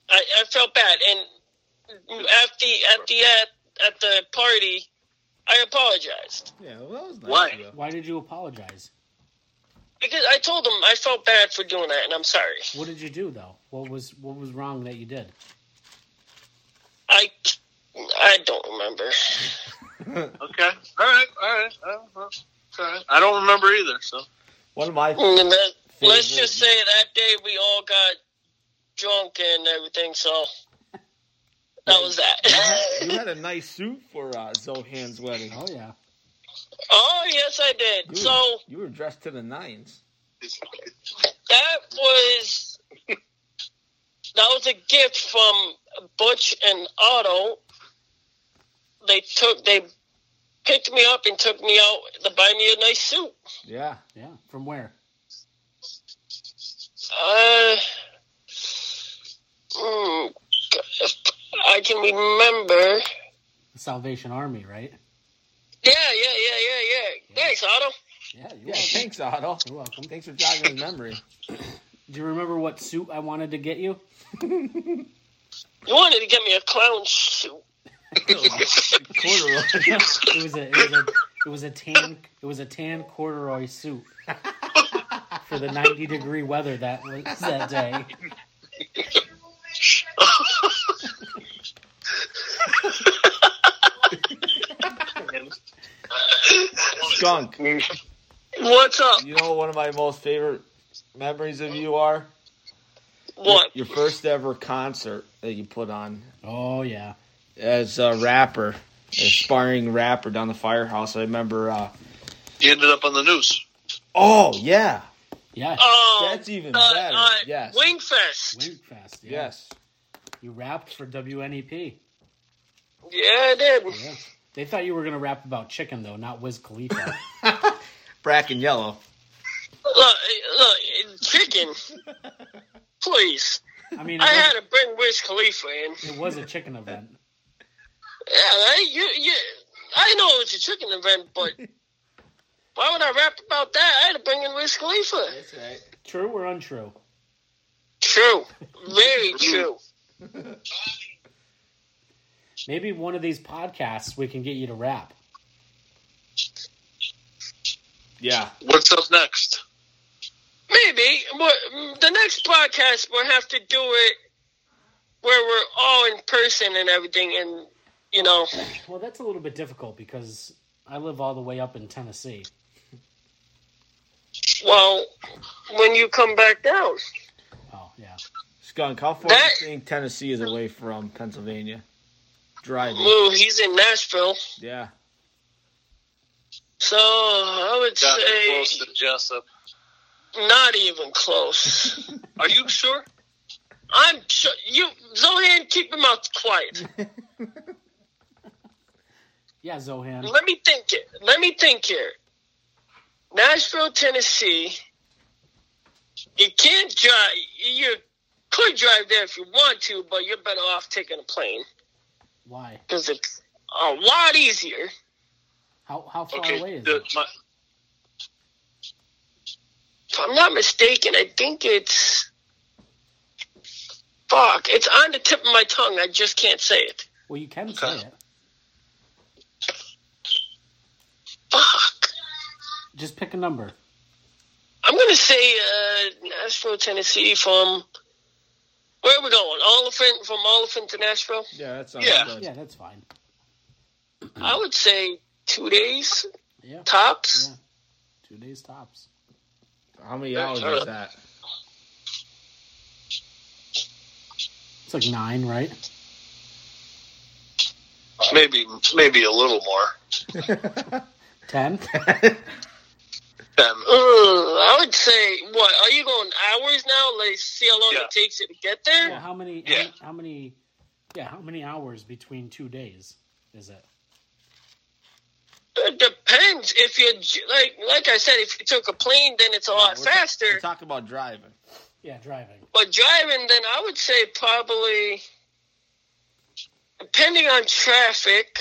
Speaker 3: I, I felt bad, and at the at the at, at the party, I apologized.
Speaker 2: Yeah, well, that was nice.
Speaker 4: Why?
Speaker 2: though.
Speaker 1: Why did you apologize?
Speaker 3: Because I told him I felt bad for doing that, and I'm sorry.
Speaker 1: What did you do though? What was what was wrong that you did?
Speaker 3: I I don't remember.
Speaker 4: Okay. All right. All right. All right. All right. I don't remember either. So
Speaker 2: One of my
Speaker 3: And that- let's
Speaker 2: Favorite.
Speaker 3: just say that day we all got drunk and everything, so that was
Speaker 2: you
Speaker 3: that.
Speaker 2: had a nice suit for uh, Zohan's wedding.
Speaker 1: Oh yeah.
Speaker 3: oh yes, I
Speaker 2: You were-
Speaker 3: did. So
Speaker 2: you were dressed to the nines.
Speaker 3: that was that was a gift from Butch and Otto. They took they picked me up and took me out to buy me a nice suit.
Speaker 2: Yeah.
Speaker 1: Yeah. From where?
Speaker 3: Uh, mm, I can remember.
Speaker 1: The Salvation Army, right?
Speaker 3: Yeah, yeah, yeah, yeah, yeah. Thanks, Otto.
Speaker 1: Yeah. You're
Speaker 2: Yeah.
Speaker 1: welcome.
Speaker 2: Thanks, Otto.
Speaker 1: You're welcome.
Speaker 2: Thanks for jogging his memory.
Speaker 1: Do you remember what suit I wanted to get you?
Speaker 3: You wanted to get me a clown suit.
Speaker 2: Corduroy.
Speaker 1: It was a it was a it was a tan it was a tan corduroy suit for the 90 degree weather that was that day.
Speaker 2: Skunk,
Speaker 3: What's up?
Speaker 2: you know what one of my most favorite memories of you are?
Speaker 3: What?
Speaker 2: Your first ever concert that you put on
Speaker 1: Oh yeah.
Speaker 2: as a rapper, aspiring rapper down the firehouse. I remember. Uh,
Speaker 4: You ended up on the news.
Speaker 2: oh yeah,
Speaker 1: Yeah.
Speaker 3: Oh,
Speaker 2: That's even better, yes.
Speaker 3: Wingfest.
Speaker 1: Wingfest. Yeah.
Speaker 2: yes.
Speaker 1: You rapped for WNEP.
Speaker 3: yeah, I did.
Speaker 1: Yeah. They thought you were going to rap about chicken though, not Wiz Khalifa.
Speaker 2: Brack and yellow.
Speaker 3: Look, look, chicken. Please.
Speaker 1: I mean, it
Speaker 3: I
Speaker 1: was,
Speaker 3: had to bring Wiz Khalifa in.
Speaker 1: it was a chicken event.
Speaker 3: Yeah, I, you, you, I know it was a chicken event, but why would I rap about that? I had to bring in Wiz Khalifa.
Speaker 2: That's right.
Speaker 1: True or untrue?
Speaker 3: True. Very true.
Speaker 1: Maybe one of these podcasts we can get you to rap.
Speaker 2: Yeah.
Speaker 4: What's up next?
Speaker 3: Maybe. But mm, the next podcast, we'll have to do it where we're all in person and everything, and, you know.
Speaker 1: Well, that's a little bit difficult because I live all the way up in Tennessee.
Speaker 3: Well, when you come back down,
Speaker 1: Oh, yeah.
Speaker 2: Skunk, how far
Speaker 3: That-
Speaker 2: do you think Tennessee is away from Pennsylvania? Driving.
Speaker 3: Lou, he's in Nashville,
Speaker 2: Yeah.
Speaker 3: so I would
Speaker 4: Got me
Speaker 3: say
Speaker 4: close to Jessup.
Speaker 3: not even close.
Speaker 4: Are you sure?
Speaker 3: I'm sure you, Zohan, keep your mouth quiet.
Speaker 1: Yeah, Zohan.
Speaker 3: Let me think it. Let me think here. Nashville, Tennessee. You can't drive. You could drive there if you want to, but you're better off taking a plane
Speaker 1: Why?
Speaker 3: because it's a lot easier.
Speaker 1: How how far away
Speaker 4: Okay.
Speaker 1: is
Speaker 4: the-
Speaker 1: it?
Speaker 4: my-
Speaker 3: if I'm not mistaken, I think it's fuck. It's on the tip of my tongue. I just can't say it.
Speaker 1: Well, you can say it.
Speaker 3: Fuck.
Speaker 1: Just pick a number.
Speaker 3: I'm gonna say uh, Nashville, Tennessee, from where are we going? Oliphant from Oliphant to Nashville.
Speaker 2: Yeah, that sounds
Speaker 4: Yeah.
Speaker 2: good.
Speaker 1: Yeah, that's fine.
Speaker 3: I would say two days
Speaker 1: Yeah,
Speaker 3: tops.
Speaker 1: Yeah. two days tops.
Speaker 2: How many hours
Speaker 4: Sure.
Speaker 2: is that?
Speaker 1: It's like nine, right?
Speaker 4: maybe maybe a little more.
Speaker 1: Ten?
Speaker 4: Um,
Speaker 3: Ugh, I would say what? Are you going hours now? Let's see how long
Speaker 4: Yeah.
Speaker 3: it takes it to get there.
Speaker 1: well, how many?
Speaker 4: Yeah.
Speaker 1: How, how many? Yeah, how many hours between two days is it?
Speaker 3: It depends. If you j- like, like I said, if you took a plane, then it's a lot
Speaker 2: We're ta-
Speaker 3: faster.
Speaker 2: we're talking about driving.
Speaker 1: Yeah, driving.
Speaker 3: But driving, then I would say probably, depending on traffic,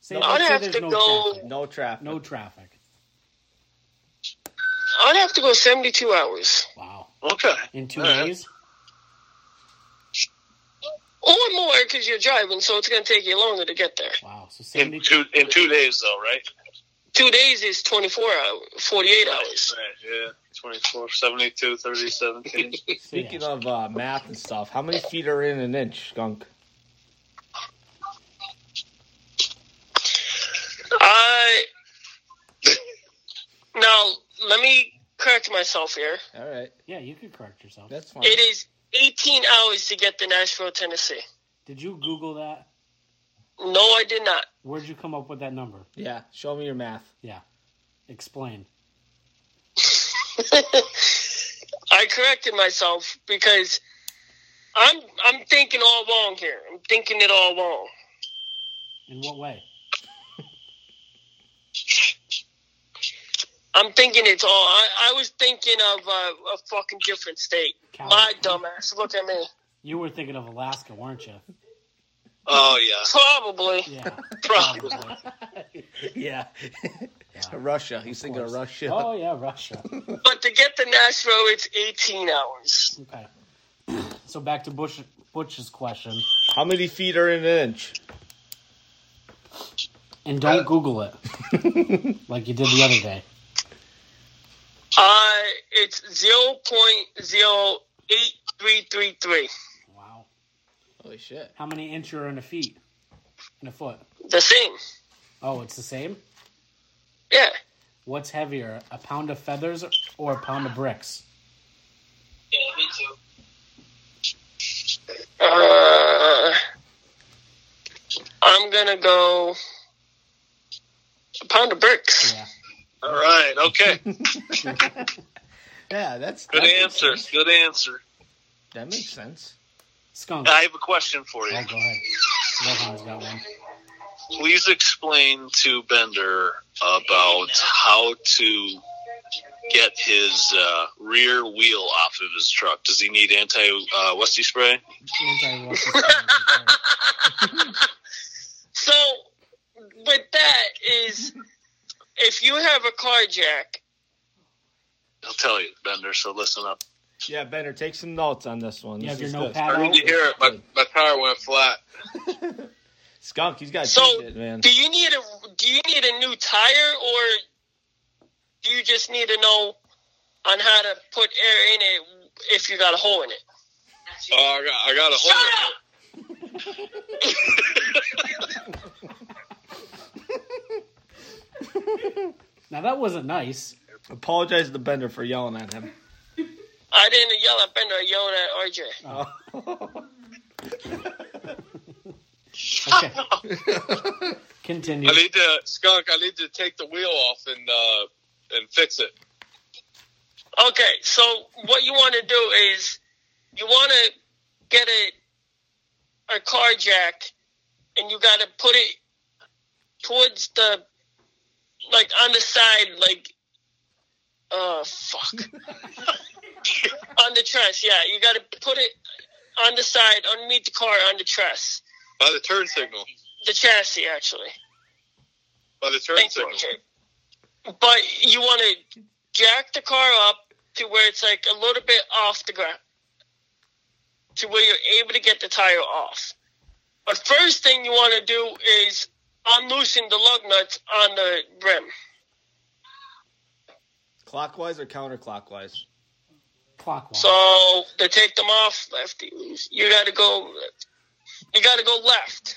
Speaker 1: Say,
Speaker 2: No,
Speaker 1: let's
Speaker 3: I'd
Speaker 1: say
Speaker 3: have
Speaker 1: there's
Speaker 3: to
Speaker 1: no
Speaker 3: go-
Speaker 1: traffic.
Speaker 2: No traffic.
Speaker 1: No traffic.
Speaker 3: I'd have to go 72 hours
Speaker 1: Wow.
Speaker 4: okay.
Speaker 1: In two
Speaker 4: All right.
Speaker 1: days?
Speaker 3: or more because you're driving, so it's going to take you longer to get there.
Speaker 1: Wow. So
Speaker 4: In
Speaker 1: 70,
Speaker 4: two in two days though, right?
Speaker 3: Two days is 24 hours, 48 hours.
Speaker 4: Right, yeah. 24, 72, 30, 17.
Speaker 1: so yeah.
Speaker 2: Speaking of uh, math and stuff, how many feet are in an inch, Skunk?
Speaker 3: I Uh, now let me correct myself here.
Speaker 2: All right,
Speaker 1: Yeah, you could correct yourself.
Speaker 2: that's fine.
Speaker 3: It is 18 hours to get to Nashville, Tennessee.
Speaker 1: Did you Google that?
Speaker 3: No, I did not.
Speaker 1: Where'd you come up with that number?
Speaker 2: Yeah, show me your math.
Speaker 1: Yeah. Explain.
Speaker 3: I corrected myself because I'm I'm thinking all wrong here. I'm thinking it all wrong.
Speaker 1: In what way?
Speaker 3: I'm thinking it's all. I, I was thinking of uh, a fucking different state.
Speaker 1: Cal-
Speaker 3: My dumbass, look at me.
Speaker 1: You were thinking of Alaska, weren't you?
Speaker 4: Oh yeah.
Speaker 3: Probably.
Speaker 1: Yeah.
Speaker 4: Probably.
Speaker 2: yeah, Russia. He's thinking of
Speaker 1: course.
Speaker 2: Russia.
Speaker 1: Oh yeah, Russia.
Speaker 3: But to get to Nashville, it's 18 hours.
Speaker 1: Okay. So back to Bush Butch's question,
Speaker 2: How many feet are in an inch?
Speaker 1: Uh, and don't Google it like you did the other day.
Speaker 3: Uh, it's 0.08333.
Speaker 1: Wow.
Speaker 5: Holy shit.
Speaker 1: How many inch are in a feet? In a foot?
Speaker 3: The same.
Speaker 1: Oh, it's the same?
Speaker 3: Yeah.
Speaker 1: What's heavier, a pound of feathers or a pound of bricks?
Speaker 3: Yeah, me too. Uh, I'm gonna go a pound of bricks.
Speaker 1: Yeah.
Speaker 4: All right. Okay.
Speaker 5: Yeah, that's
Speaker 4: Good
Speaker 5: that makes
Speaker 4: answer.
Speaker 5: sense.
Speaker 4: Good answer.
Speaker 5: That makes sense.
Speaker 1: Skunk.
Speaker 4: I have a question for you.
Speaker 1: Oh, go ahead. Rohan's got one.
Speaker 4: Please explain to Bender about how to get his uh, rear wheel off of his truck. Does he need anti uh, Westy spray?
Speaker 1: Anti-rock
Speaker 3: So, with that is, if you have a car jack,
Speaker 4: He'll tell you, Bender. So listen up.
Speaker 2: Yeah, Bender, take some notes on this one.
Speaker 1: You have
Speaker 2: This
Speaker 1: your
Speaker 2: is good.
Speaker 1: notepad out?
Speaker 4: hear it.
Speaker 5: My-
Speaker 4: my tire went flat.
Speaker 2: Skunk, he's got
Speaker 3: So-
Speaker 2: it, man.
Speaker 3: do you need a do you need a new tire or do you just need to know on how to put air in it if you got a hole in it?
Speaker 4: Oh, I got, I got a hole.
Speaker 1: Now, that wasn't nice.
Speaker 2: Apologize to Bender for yelling at him.
Speaker 3: I didn't yell at Bender. I yelled at RJ.
Speaker 2: Oh.
Speaker 1: Okay. Continue.
Speaker 6: I need to skunk. I need to take the wheel off and uh, and fix it.
Speaker 3: Okay, so what you want to do is you want to get a a car jack, and you got to put it towards the like on the side, like uh fuck on the truss. Yeah, you got to put it on the side underneath the car on the truss,
Speaker 6: By the turn signal.
Speaker 3: the chassis actually.
Speaker 6: By the turn
Speaker 3: Thanks,
Speaker 6: signal.
Speaker 3: RJ. But you want to jack the car up to where it's like a little bit off the ground, to where you're able to get the tire off. But first thing you want to do is unloosen the lug nuts on the rim.
Speaker 2: Clockwise or counterclockwise?
Speaker 1: Clockwise.
Speaker 3: So to take them off, lefty, you got to go. You got to go left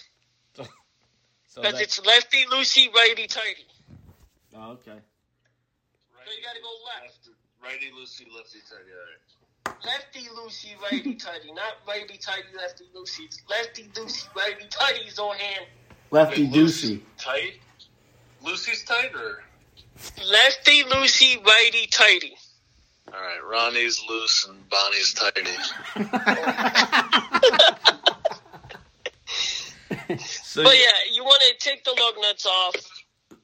Speaker 2: So
Speaker 3: because it's lefty loosey, righty tighty.
Speaker 2: oh, okay.
Speaker 3: So you got to go left.
Speaker 4: Righty loosey, lefty tighty. All right.
Speaker 3: lefty loosey, righty tighty, not righty tighty, lefty loosey. Lefty loosey, righty tighty's on hand.
Speaker 1: Lefty
Speaker 4: Loosey Tight. Lucy's tight, or
Speaker 3: Lefty loosey, righty tighty.
Speaker 4: all right. Ronnie's loose and Bonnie's tighty.
Speaker 2: So
Speaker 3: But yeah, you want to take the lug nuts off,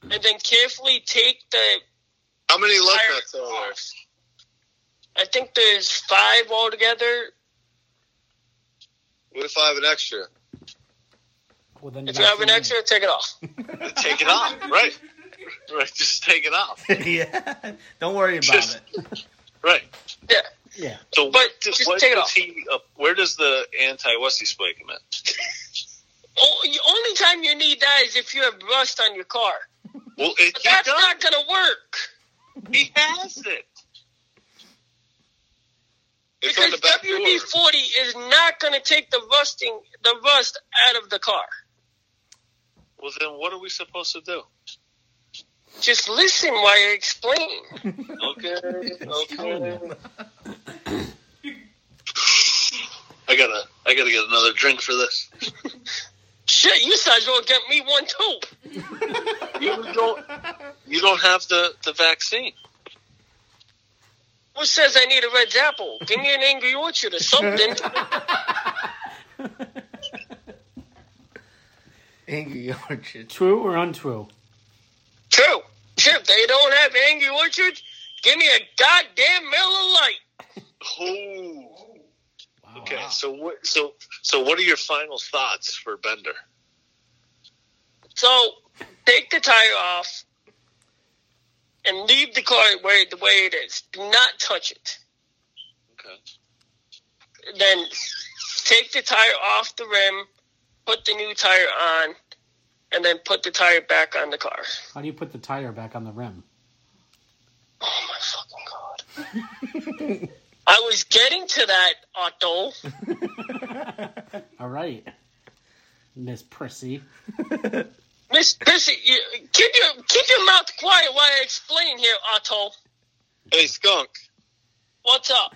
Speaker 3: and then carefully take the
Speaker 4: How many lug
Speaker 3: tire
Speaker 4: nuts are there?
Speaker 3: off. I think there's five altogether.
Speaker 6: What if I have an extra?
Speaker 1: Well, then
Speaker 3: If
Speaker 1: got
Speaker 3: you have an
Speaker 1: three.
Speaker 3: extra, take it off.
Speaker 4: Take it off, right? Right. Just take it off,
Speaker 2: yeah, don't worry about
Speaker 4: Just-
Speaker 2: it.
Speaker 4: right?
Speaker 3: Yeah.
Speaker 1: Yeah.
Speaker 4: So
Speaker 3: But
Speaker 4: what does,
Speaker 3: just
Speaker 4: what
Speaker 3: take it
Speaker 4: does
Speaker 3: off.
Speaker 4: he? Uh, where does the anti Westy spray come in?
Speaker 3: O- you- only time you need that is if you have rust on your car.
Speaker 4: Well, it,
Speaker 3: But
Speaker 4: he
Speaker 3: that's
Speaker 4: does.
Speaker 3: not gonna work
Speaker 4: he has it.
Speaker 6: It's on
Speaker 3: because
Speaker 6: the back door.
Speaker 3: WD forty is not gonna take the rusting the rust out of the car.
Speaker 4: Well, then what are we supposed to do?
Speaker 3: Just listen while I explain.
Speaker 4: Okay. Okay. I gotta, I gotta get another drink for this.
Speaker 3: Shit, you guys will get me one too.
Speaker 4: You don't, you don't have the the vaccine.
Speaker 3: Who says I need a red apple? Give me an angry orchard or something.
Speaker 2: Angry Orchard.
Speaker 1: True or untrue?
Speaker 3: True. Shit, they don't have angry orchards. Give me a goddamn Miller Light.
Speaker 4: Oh.
Speaker 1: Wow.
Speaker 4: Okay. So what? So so what are your final thoughts for Bender?
Speaker 3: So take the tire off and leave the car where the way it is. Do not touch it.
Speaker 4: Okay.
Speaker 3: Then take the tire off the rim, put the new tire on, and then put the tire back on the car.
Speaker 1: How do you put the tire back on the rim?
Speaker 3: Oh my fucking god. I was getting to that, Otto.
Speaker 1: All right, Miss Prissy.
Speaker 3: Miss Prissy, you, keep your keep your mouth quiet while I explain here, Otto.
Speaker 6: Hey, skunk.
Speaker 3: What's up?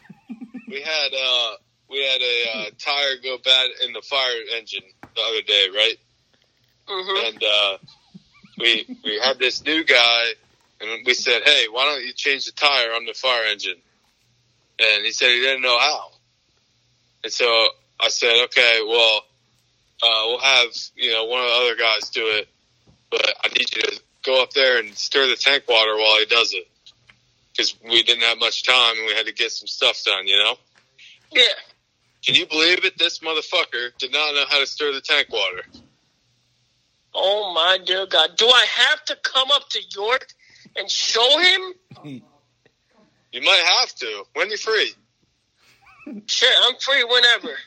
Speaker 6: We had uh, we had a uh, tire go bad in the fire engine the other day, right?
Speaker 3: hmm
Speaker 6: And uh, we we had this new guy, and we said, "Hey, why don't you change the tire on the fire engine?" And he said he didn't know how. And so I said, "Okay, well, uh, we'll have you know one of the other guys do it, but I need you to go up there and stir the tank water while he does it." Because we didn't have much time and we had to get some stuff done, you know?
Speaker 3: Yeah.
Speaker 6: Can you believe it? This motherfucker did not know how to stir the tank water.
Speaker 3: Oh my dear God! Do I have to come up to York and show him?
Speaker 6: You might have to. When you free?
Speaker 3: Sure, I'm free whenever.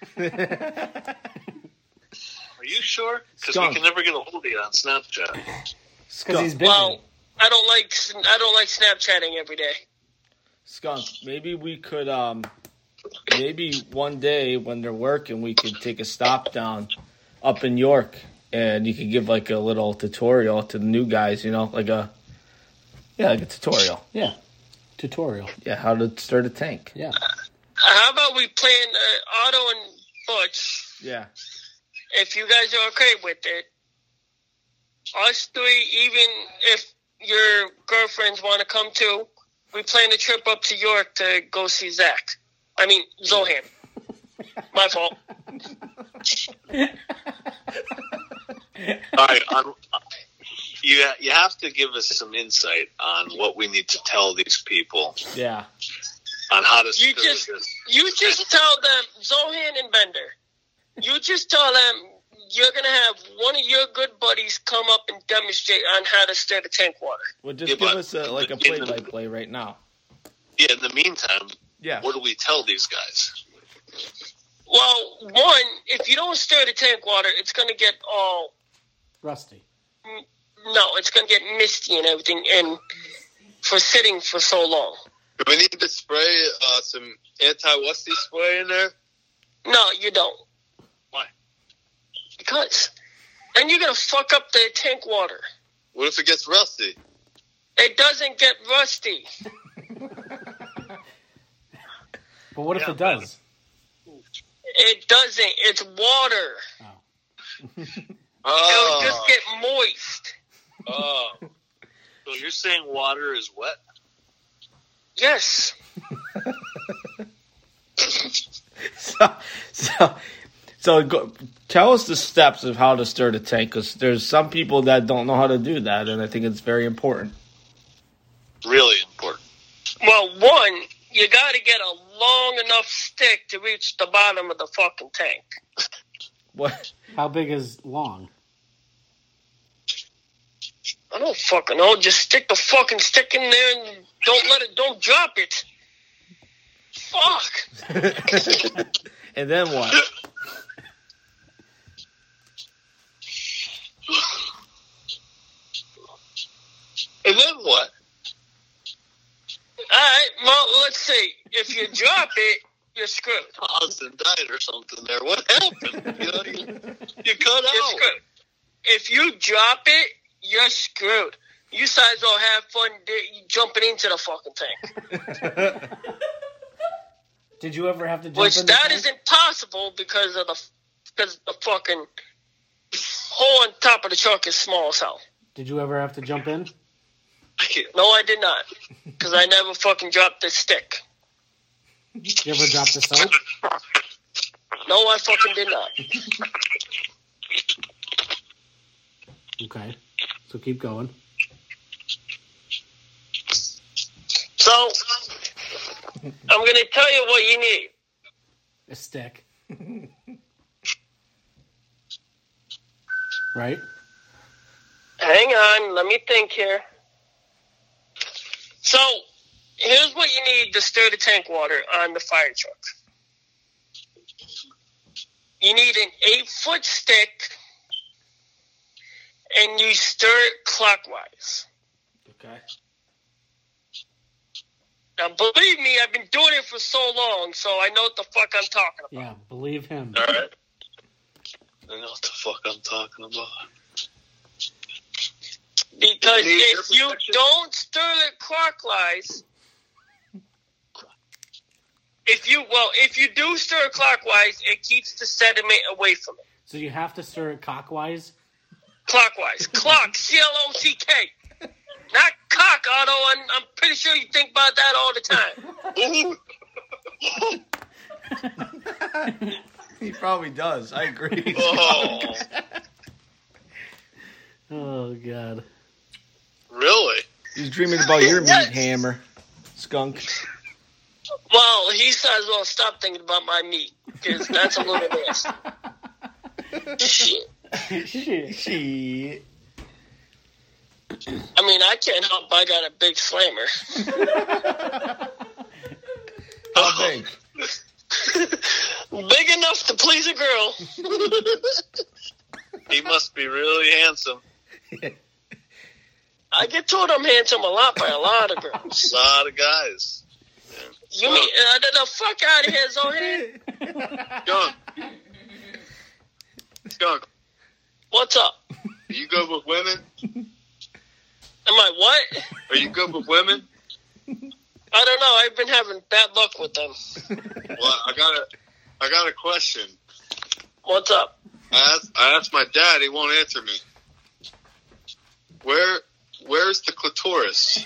Speaker 4: Are you sure? Because we
Speaker 2: Skunk.
Speaker 4: can never get a hold of you on Snapchat.
Speaker 1: Because he's
Speaker 2: Skunk,
Speaker 1: busy.
Speaker 3: Well, I don't like I don't like Snapchatting every day.
Speaker 2: skunk. Maybe we could, um, maybe one day when they're working, we could take a stop down up in York, and you could give like a little tutorial to the new guys. You know, like a yeah, like a tutorial.
Speaker 1: Yeah, tutorial.
Speaker 2: Yeah, how to stir the tank.
Speaker 1: Yeah,
Speaker 3: How about we plan uh, Otto and Butch?
Speaker 2: Yeah,
Speaker 3: if you guys are okay with it, us three, even if your girlfriends want to come too, we plan a trip up to York to go see Zach. I mean, Zohan. My fault.
Speaker 4: All right, on, you you have to give us some insight on what we need to tell these people
Speaker 2: yeah.
Speaker 4: on how to.
Speaker 3: You
Speaker 4: stir
Speaker 3: just-
Speaker 4: this.
Speaker 3: You just tell them, Zohan and Bender, you just tell them you're going to have one of your good buddies come up and demonstrate on how to stir the tank water.
Speaker 2: Well, just
Speaker 4: Yeah,
Speaker 2: give
Speaker 4: but-
Speaker 2: us a, like a
Speaker 4: but in the-
Speaker 2: play-by-play right now.
Speaker 4: yeah. In the meantime,
Speaker 2: Yeah.
Speaker 4: what do we tell these guys?
Speaker 3: Well, one, if you don't stir the tank water, it's going to get all
Speaker 1: rusty.
Speaker 3: No, it's gonna get misty and everything, and for sitting for so long.
Speaker 6: Do we need to spray uh, some anti-wusty spray in there?
Speaker 3: No, you don't.
Speaker 4: Why?
Speaker 3: Because then you're gonna fuck up the tank water.
Speaker 6: What if it gets rusty?
Speaker 3: It doesn't get rusty.
Speaker 1: But what if
Speaker 4: Yeah.
Speaker 1: it does?
Speaker 3: It doesn't. It's water. It'll
Speaker 6: Oh,
Speaker 3: just get moist.
Speaker 6: oh.
Speaker 4: So you're saying water is wet?
Speaker 3: Yes.
Speaker 2: so, so, so go, tell us the steps of how to stir the tank because there's some people that don't know how to do that, and I think it's very important.
Speaker 4: Really important.
Speaker 3: Well, one, you gotta get a long enough stick to reach the bottom of the fucking tank.
Speaker 2: What?
Speaker 1: How big is long?
Speaker 3: I don't fucking know. Just stick the fucking stick in there and don't let it, don't drop it. Fuck.
Speaker 2: and then what?
Speaker 6: And then what?
Speaker 3: All right. Well, let's see. If you drop it, you're screwed.
Speaker 4: Austin died or something there. What happened? You, know, you, you cut
Speaker 3: You're
Speaker 4: out.
Speaker 3: screwed. If you drop it, you're screwed. You guys all have fun di- jumping into the fucking tank,
Speaker 1: Did you ever have to jump
Speaker 3: which
Speaker 1: in the
Speaker 3: that
Speaker 1: tank?
Speaker 3: is impossible because of the because the fucking hole on top of the truck is small as hell.
Speaker 1: Did you ever have to jump in?
Speaker 3: No, I did not, because I never fucking dropped the stick.
Speaker 1: Did you ever drop the soap?
Speaker 3: No, I fucking did not.
Speaker 1: Okay, so keep going.
Speaker 3: So I'm gonna tell you what you need.
Speaker 1: A stick. right?
Speaker 3: Hang on, let me think here. So, here's what you need to stir the tank water on the fire truck. You need an eight foot stick, and you stir it clockwise.
Speaker 2: Okay.
Speaker 3: Now, believe me, I've been doing it for so long, so I know what the fuck I'm talking about.
Speaker 1: Yeah, believe him.
Speaker 4: All right. I know what the fuck I'm talking about.
Speaker 3: Because
Speaker 4: Need your
Speaker 3: if you
Speaker 4: protection?
Speaker 3: don't stir it clockwise, if you well, if you do stir it clockwise, it keeps the sediment away from it.
Speaker 1: So you have to stir it cockwise.
Speaker 3: Clockwise, clock, C L O C K, not cock. Although I'm, I'm pretty sure you think about that all the time.
Speaker 2: He probably does. I agree.
Speaker 4: Oh,
Speaker 1: Oh god.
Speaker 4: really?
Speaker 2: He's dreaming about your meat hammer, skunk.
Speaker 3: Well, he said, "Well, stop thinking about my meat because that's a little bit shit."
Speaker 1: Shit.
Speaker 2: She.
Speaker 3: I mean, I can't help. I got a big slammer.
Speaker 4: Oh.
Speaker 2: How big?
Speaker 3: Big enough to please a girl.
Speaker 4: He must be really handsome.
Speaker 3: I get told I'm handsome a lot by a lot of girls.
Speaker 4: A lot of guys.
Speaker 3: You mean uh, the, the fuck out of here, Zohan?
Speaker 4: Skunk. Skunk,
Speaker 3: What's up?
Speaker 4: are you good with women?
Speaker 3: Am I what?
Speaker 4: Are you good with women?
Speaker 3: I don't know. I've been having bad luck with them.
Speaker 4: Well, I got a, I got a question.
Speaker 3: What's up?
Speaker 4: I asked, I asked my dad. He won't answer me. Where, where's the clitoris?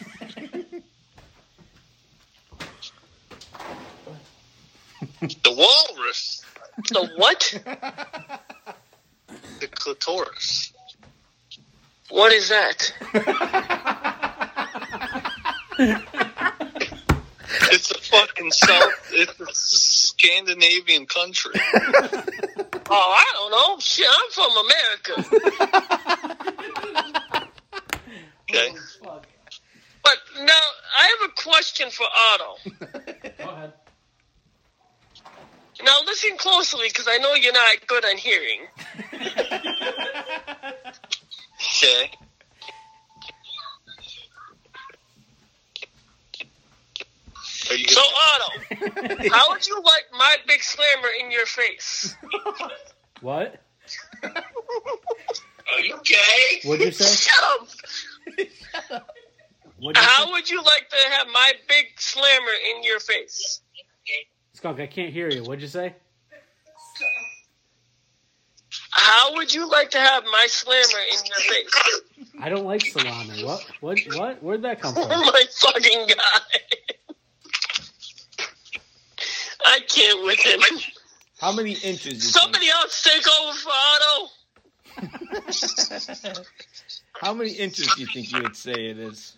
Speaker 4: the walrus.
Speaker 3: The what?
Speaker 4: The clitoris.
Speaker 3: What is that?
Speaker 4: It's a fucking south. It's a Scandinavian country.
Speaker 3: Oh, I don't know. Shit, I'm from America.
Speaker 4: Okay.
Speaker 3: But now I have a question for Otto.
Speaker 1: Go ahead.
Speaker 3: Now listen closely, because I know you're not good on hearing.
Speaker 4: Okay. Are you
Speaker 3: So Otto, how would you like my big slammer in your face?
Speaker 1: What?
Speaker 4: are you gay?
Speaker 1: What'd you say?
Speaker 3: Shut up.
Speaker 1: What'd you
Speaker 3: How
Speaker 1: say?
Speaker 3: would you like to have my big slammer in your face?
Speaker 1: Skunk, I can't hear you. What'd you say?
Speaker 3: How would you like to have my slammer in your face?
Speaker 1: I don't like salami. What? What? What? Where'd that come
Speaker 3: Oh
Speaker 1: from?
Speaker 3: my fucking god. I can't with him.
Speaker 2: How many inches? you think?
Speaker 3: Somebody else take over for Otto.
Speaker 2: How many inches do you think you would say it is?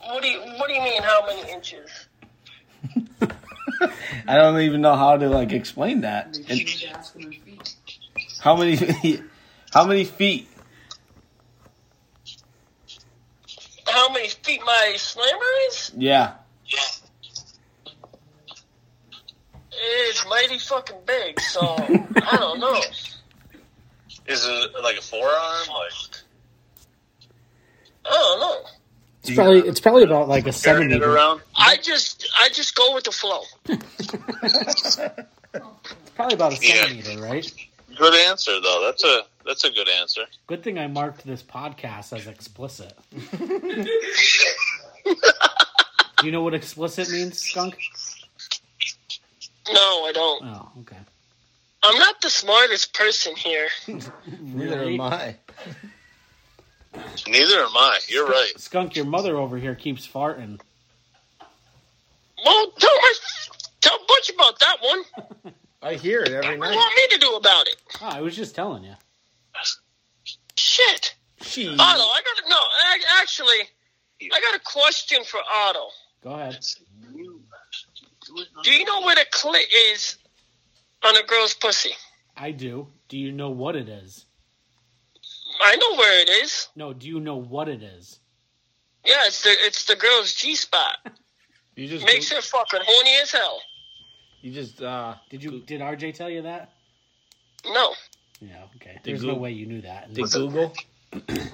Speaker 3: What do you what do you mean how many inches?
Speaker 2: I don't even know how to like explain that. And how many? How many feet?
Speaker 3: How many feet my slammer is?
Speaker 2: Yeah.
Speaker 3: It's mighty fucking big, so I don't know.
Speaker 4: Is it like a forearm? Like
Speaker 3: I don't know.
Speaker 1: It's probably it's probably about like a
Speaker 4: carrying
Speaker 1: seventy.
Speaker 4: it around?
Speaker 3: I just I just go with the flow.
Speaker 1: Probably about a
Speaker 4: Yeah.
Speaker 1: centimeter, right?
Speaker 4: Good answer though. That's a that's a good answer.
Speaker 1: Good thing I marked this podcast as explicit. Do you know what explicit means, Skunk?
Speaker 3: No, I don't.
Speaker 1: Oh, okay.
Speaker 3: I'm not the smartest person here.
Speaker 2: Neither
Speaker 1: Really?
Speaker 2: am I.
Speaker 4: Neither am I. You're right.
Speaker 1: Skunk, your mother over here keeps farting.
Speaker 3: Well, tell my, tell Butch about that one. What
Speaker 2: I hear it every
Speaker 3: do you
Speaker 2: night.
Speaker 3: want me to do about it?
Speaker 1: Oh, I was just telling you.
Speaker 3: Shit,
Speaker 2: She.
Speaker 3: Otto. I got no. I, actually, I got a question for Otto.
Speaker 1: Go ahead.
Speaker 3: Do you know where the clit is on a girl's pussy?
Speaker 1: I do. Do you know what it is?
Speaker 3: I know where it is.
Speaker 1: No, do you know what it is?
Speaker 3: Yeah, it's the it's the girl's G spot.
Speaker 2: You just.
Speaker 3: Makes her fucking horny as hell.
Speaker 2: You just. Uh,
Speaker 1: Did you did RJ tell you that?
Speaker 3: No,
Speaker 1: Yeah, okay.
Speaker 2: They
Speaker 1: There's
Speaker 2: Goo-
Speaker 1: no way you knew that.
Speaker 2: did Google?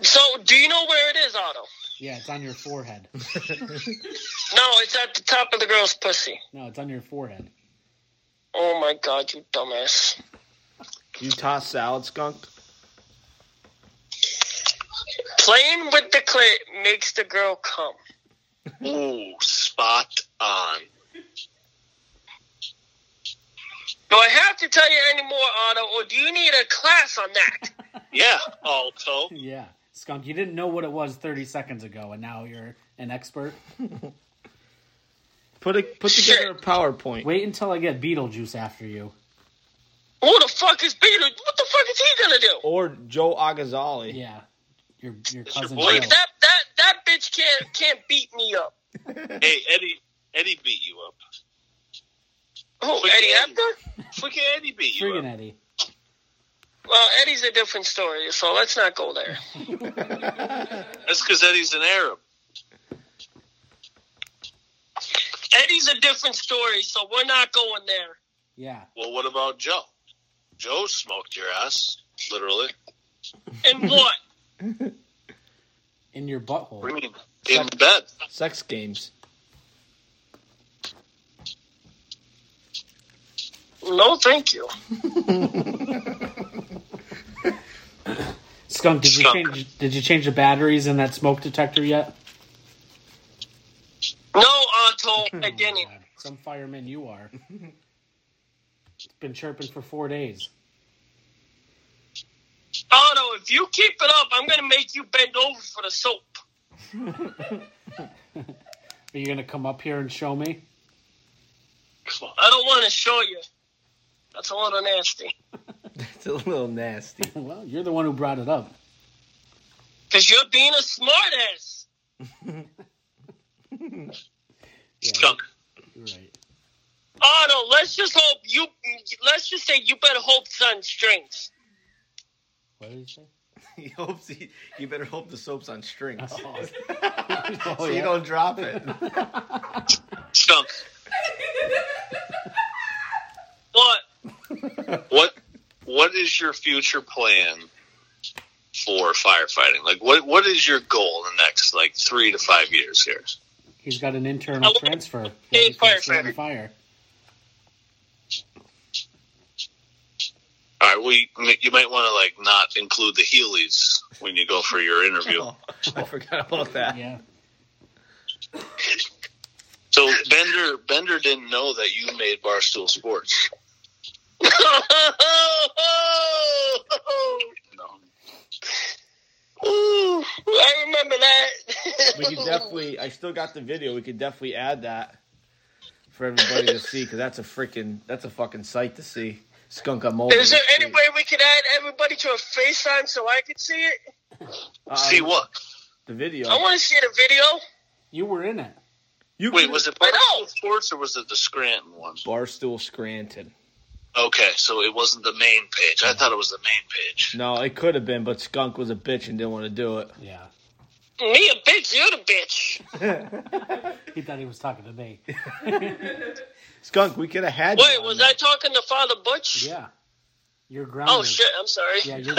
Speaker 3: So, do you know where it is, Otto?
Speaker 1: Yeah, it's on your forehead.
Speaker 3: No, it's at the top of the girl's pussy.
Speaker 1: No, it's on your forehead.
Speaker 3: Oh my god, you dumbass.
Speaker 2: You toss salad skunk.
Speaker 3: Playing with the clit makes the girl come.
Speaker 4: Ooh, spot on.
Speaker 3: Do I have to tell you any more, Otto, or do you need a class on that?
Speaker 4: Yeah, alto.
Speaker 1: Yeah, skunk. You didn't know what it was thirty seconds ago, and now you're an expert.
Speaker 2: Put a put together a PowerPoint.
Speaker 1: Wait until I get Beetlejuice after you.
Speaker 3: Who the fuck is Peter? What the fuck is he gonna do?
Speaker 2: Or Joe Agazali.
Speaker 1: Yeah, your your cousin.
Speaker 4: boy.
Speaker 1: Joe.
Speaker 3: Like that, that, that bitch can't can't beat me up.
Speaker 4: Hey, Eddie, Eddie beat you up.
Speaker 3: Oh,
Speaker 4: Freaking
Speaker 3: Eddie
Speaker 4: Eddie.
Speaker 3: Ebner?
Speaker 4: Freaking Eddie beat you
Speaker 1: Friggin'
Speaker 4: up.
Speaker 1: Eddie.
Speaker 3: Well, Eddie's a different story, so let's not go there.
Speaker 4: That's because Eddie's an Arab.
Speaker 3: Eddie's a different story, so we're not going there.
Speaker 1: Yeah,
Speaker 4: Well, what about Joe? Joe smoked your ass, literally.
Speaker 3: And what?
Speaker 1: in your butthole.
Speaker 4: In bed.
Speaker 2: Sex games.
Speaker 3: no, thank you.
Speaker 1: Skunk, did you
Speaker 4: Skunk.
Speaker 1: change? Did you change the batteries in that smoke detector yet?
Speaker 3: No, Otto, I didn't.
Speaker 1: God, some fireman you are. It's been chirping for four days.
Speaker 3: Otto, if you keep it up, I'm gonna make you bend over for the soap.
Speaker 1: Are you gonna come up here and show me?
Speaker 4: Come on.
Speaker 3: I don't want to show you. That's a little nasty.
Speaker 2: It's a little nasty.
Speaker 1: Well, you're the one who brought it up.
Speaker 3: Cause you're being a smartass.
Speaker 1: Yeah,
Speaker 4: Skunk.
Speaker 1: you're right.
Speaker 3: Otto, let's just hope you. Let's just say you better hope son strings.
Speaker 1: What did he say?
Speaker 2: He hopes he, you better hope the soap's on strings.
Speaker 1: Oh,
Speaker 2: so
Speaker 1: yeah.
Speaker 2: Oh, you don't drop it.
Speaker 4: Skunk.
Speaker 3: What?
Speaker 4: What what is your future plan for firefighting? Like what what is your goal in the next like three to five years here?
Speaker 1: He's got an internal
Speaker 3: I-
Speaker 1: transfer.
Speaker 3: Hey,
Speaker 1: He's gonna stay on
Speaker 3: firefighter.
Speaker 1: fire.
Speaker 4: All right, we you might want to like not include the Heelys when you go for your interview.
Speaker 2: Oh, I forgot about that.
Speaker 1: Yeah.
Speaker 4: So Bender Bender didn't know that you made Barstool Sports.
Speaker 3: Ooh, I remember that.
Speaker 2: We could definitely. I still got the video. We could definitely add that for everybody to see because that's a freaking. That's a fucking sight to see. Skunk, I'm over.
Speaker 3: Is there
Speaker 2: the
Speaker 3: any
Speaker 2: street.
Speaker 3: way we could add everybody to a FaceTime so I could see it?
Speaker 2: Uh,
Speaker 4: See what?
Speaker 2: The video.
Speaker 3: I want to see the video.
Speaker 1: You were in it.
Speaker 2: You
Speaker 4: Wait,
Speaker 2: can-
Speaker 4: was it
Speaker 3: I know.
Speaker 4: Barstool Sports or was it the Scranton one?
Speaker 2: Barstool Scranton?
Speaker 4: Okay, so it wasn't the main page. I thought it was the main page.
Speaker 2: No, it could have been, but Skunk was a bitch and didn't want to do it.
Speaker 1: Yeah.
Speaker 3: Me a bitch, you the bitch.
Speaker 1: He thought he was talking to me.
Speaker 2: Skunk, we could have had. you
Speaker 3: Wait,
Speaker 2: on
Speaker 3: was
Speaker 2: there.
Speaker 3: I talking to Father Butch?
Speaker 1: Yeah. You're grounded.
Speaker 3: Oh shit, I'm sorry.
Speaker 1: Yeah, you're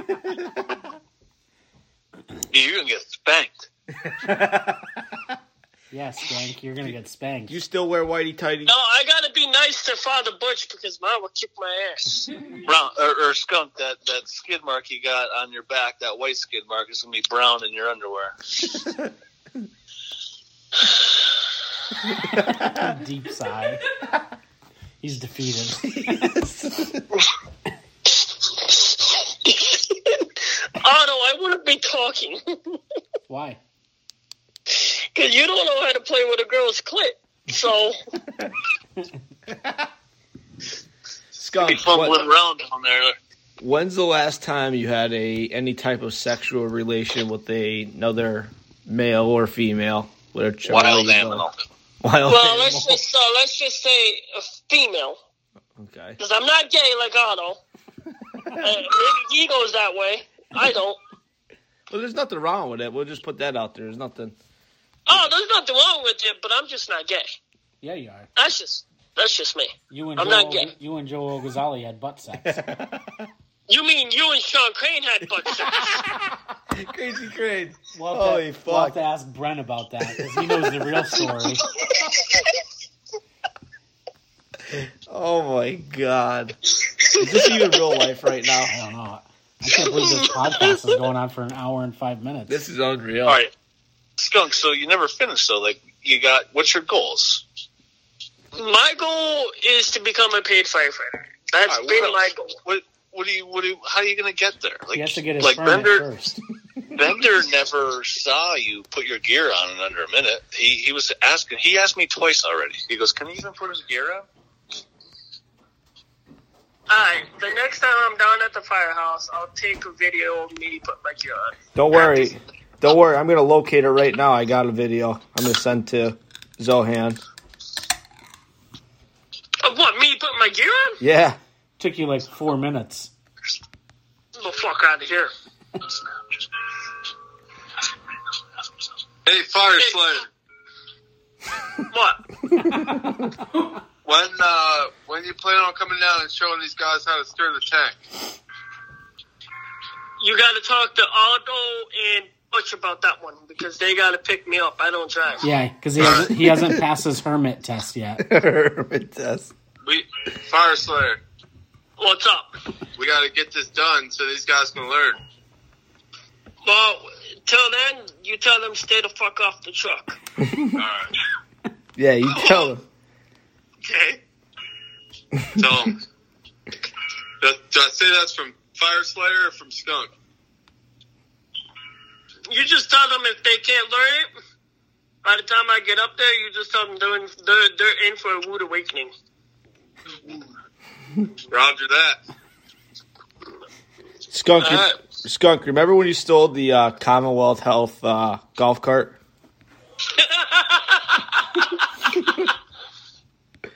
Speaker 1: grounded. now.
Speaker 4: You're gonna get spanked.
Speaker 1: Yes, Spank, you're gonna get spanked.
Speaker 2: You still wear whitey tighty?
Speaker 3: No, I gotta be nice to Father Butch because mom would kick my ass.
Speaker 4: Brown or, or skunk that that skid mark you got on your back, that white skid mark is gonna be brown in your underwear.
Speaker 1: Deep sigh. He's defeated.
Speaker 3: Otto, I wouldn't be talking
Speaker 1: Why?
Speaker 3: because you don't know how to play with a girl's clit. So
Speaker 4: Be
Speaker 2: Skunk,
Speaker 4: fumbling
Speaker 2: what-
Speaker 4: around down there.
Speaker 2: when's the last time you had a any type of sexual relation with a, another male or female? With a ch-
Speaker 4: Wild
Speaker 2: wild
Speaker 4: animal.
Speaker 2: Wild
Speaker 3: well,
Speaker 2: animal.
Speaker 3: let's just uh, let's just say a female
Speaker 2: Okay.
Speaker 3: because I'm not gay like Otto. Uh, maybe he goes that way. I don't.
Speaker 2: Well, there's nothing wrong with it. We'll just put that out there. There's nothing.
Speaker 3: Oh, there's nothing wrong with it, but I'm just not gay.
Speaker 1: Yeah, you are.
Speaker 3: That's just that's just me.
Speaker 1: You and
Speaker 3: I'm
Speaker 1: Joe,
Speaker 3: not gay.
Speaker 1: you and Joe Ogazali had butt sex.
Speaker 3: You mean you and Sean Crane had butt sex?
Speaker 2: Crazy Crane.
Speaker 1: We'll have,
Speaker 2: Holy
Speaker 1: to, we'll have
Speaker 2: fuck.
Speaker 1: to ask Brent about that because he knows the real story.
Speaker 2: Oh my god. Is this even real life right now?
Speaker 1: I don't know. I can't believe this podcast is going on for an hour and five minutes.
Speaker 2: This is unreal.
Speaker 4: All right, Uh, skunk. So you never finished though. Like you got what's your goals?
Speaker 3: my goal is to become a paid firefighter. That's
Speaker 4: All right,
Speaker 3: been
Speaker 4: what
Speaker 3: my
Speaker 4: else?
Speaker 3: goal.
Speaker 4: What what do you what do you, how are you gonna get there? Like
Speaker 1: he has to get his
Speaker 4: like
Speaker 1: permit
Speaker 4: Bender
Speaker 1: first.
Speaker 4: Bender never saw you put your gear on in under a minute. He he was asking. He asked me twice already. He goes, "Can he even put his gear on?"
Speaker 3: Alright, the next time I'm down at the firehouse, I'll take a video of me put my gear on.
Speaker 2: Don't worry. Don't worry. I'm gonna locate it right now. I got a video. I'm gonna send to Zohan.
Speaker 3: Of what, me put my gear on?
Speaker 2: Yeah.
Speaker 1: Took you like four minutes.
Speaker 3: Get the fuck out of here.
Speaker 6: Hey, Fire Slayer,
Speaker 3: What?
Speaker 6: when uh, when you plan on coming down and showing these guys how to stir the tank?
Speaker 3: You gotta talk to Aldo and Butch about that one because they gotta pick me up. I don't drive.
Speaker 1: Yeah, because he hasn't, he hasn't passed his hermit test yet.
Speaker 2: Hermit test.
Speaker 6: We Fire Slayer,
Speaker 3: What's up?
Speaker 6: we got to get this done so these guys can learn.
Speaker 3: Well, till then, you tell them stay the fuck off the truck.
Speaker 6: All right,
Speaker 2: Yeah, you tell him.
Speaker 3: Okay?
Speaker 6: tell 'em. that, did I say that's from Fire Slayer or from Skunk?
Speaker 3: You just tell them if they can't learn it, by the time I get up there, you just tell them they're in, they're, they're in for a rude awakening.
Speaker 6: Roger that.
Speaker 2: Skunk. you-
Speaker 6: All right.
Speaker 2: Skunk. Remember when you stole the uh, Commonwealth Health uh, golf cart?
Speaker 3: I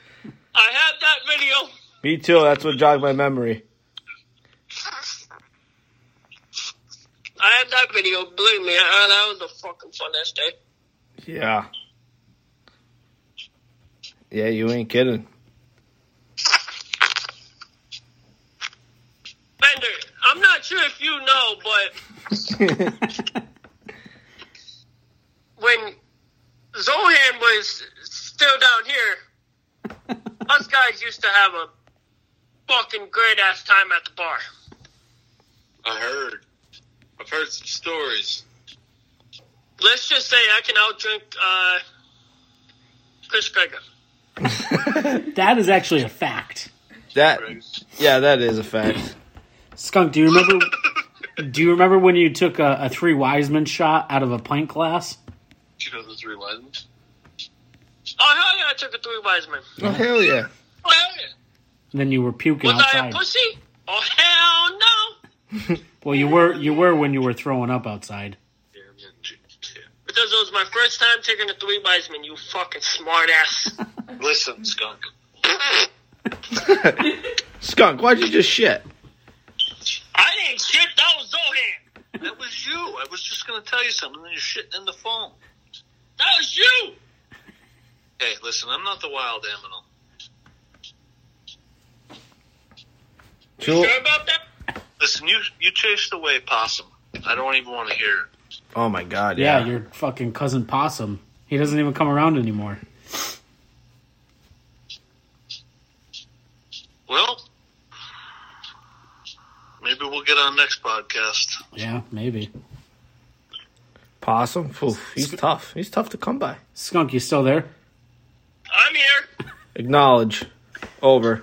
Speaker 3: have that video.
Speaker 2: Me too. That's what jogged my memory.
Speaker 3: I have that video. Believe me, I, that was a fucking fun ass day.
Speaker 2: Yeah. Yeah, you ain't kidding.
Speaker 3: Bender, I'm not sure if you know, but when Zohan was still down here, us guys used to have a fucking great ass time at the bar.
Speaker 6: I heard. I've heard some stories.
Speaker 3: Let's just say I can outdrink uh, Chris Oh, Gregor.
Speaker 1: That is actually a fact.
Speaker 2: That. Yeah, that is a fact.
Speaker 1: Skunk, do you remember? Do you remember when you took a, a three Wiseman shot out of a pint glass?
Speaker 4: Do you know the three lines?
Speaker 3: Oh hell yeah, I took a three wise man.
Speaker 2: Oh hell yeah.
Speaker 3: Oh, hell yeah.
Speaker 1: And then you were puking
Speaker 3: Was I a
Speaker 1: outside.
Speaker 3: pussy? Oh hell no!
Speaker 1: Well, you were you were when you were throwing up outside.
Speaker 3: Because it was my first time taking a three Wiseman, you fucking smart ass.
Speaker 4: Listen, skunk.
Speaker 2: Skunk, why'd you just shit?
Speaker 3: I didn't shit, that was Zohan.
Speaker 4: That was you. I was just gonna tell you something, and then you're shitting in the phone.
Speaker 3: That was you!
Speaker 4: Hey, listen, I'm not the wild animal.
Speaker 2: Jewel-
Speaker 3: Sure about that?
Speaker 4: Listen, you you chased away possum. I don't even want to hear. it.
Speaker 2: Oh my god.
Speaker 1: Yeah,
Speaker 2: Yeah.
Speaker 1: your fucking cousin Possum. He doesn't even come around anymore.
Speaker 4: Well, maybe we'll get on next podcast.
Speaker 1: Yeah, maybe.
Speaker 2: Possum. Oof, he's tough. He's tough to come by.
Speaker 1: Skunk, you still there?
Speaker 3: I'm here.
Speaker 2: Acknowledge. Over.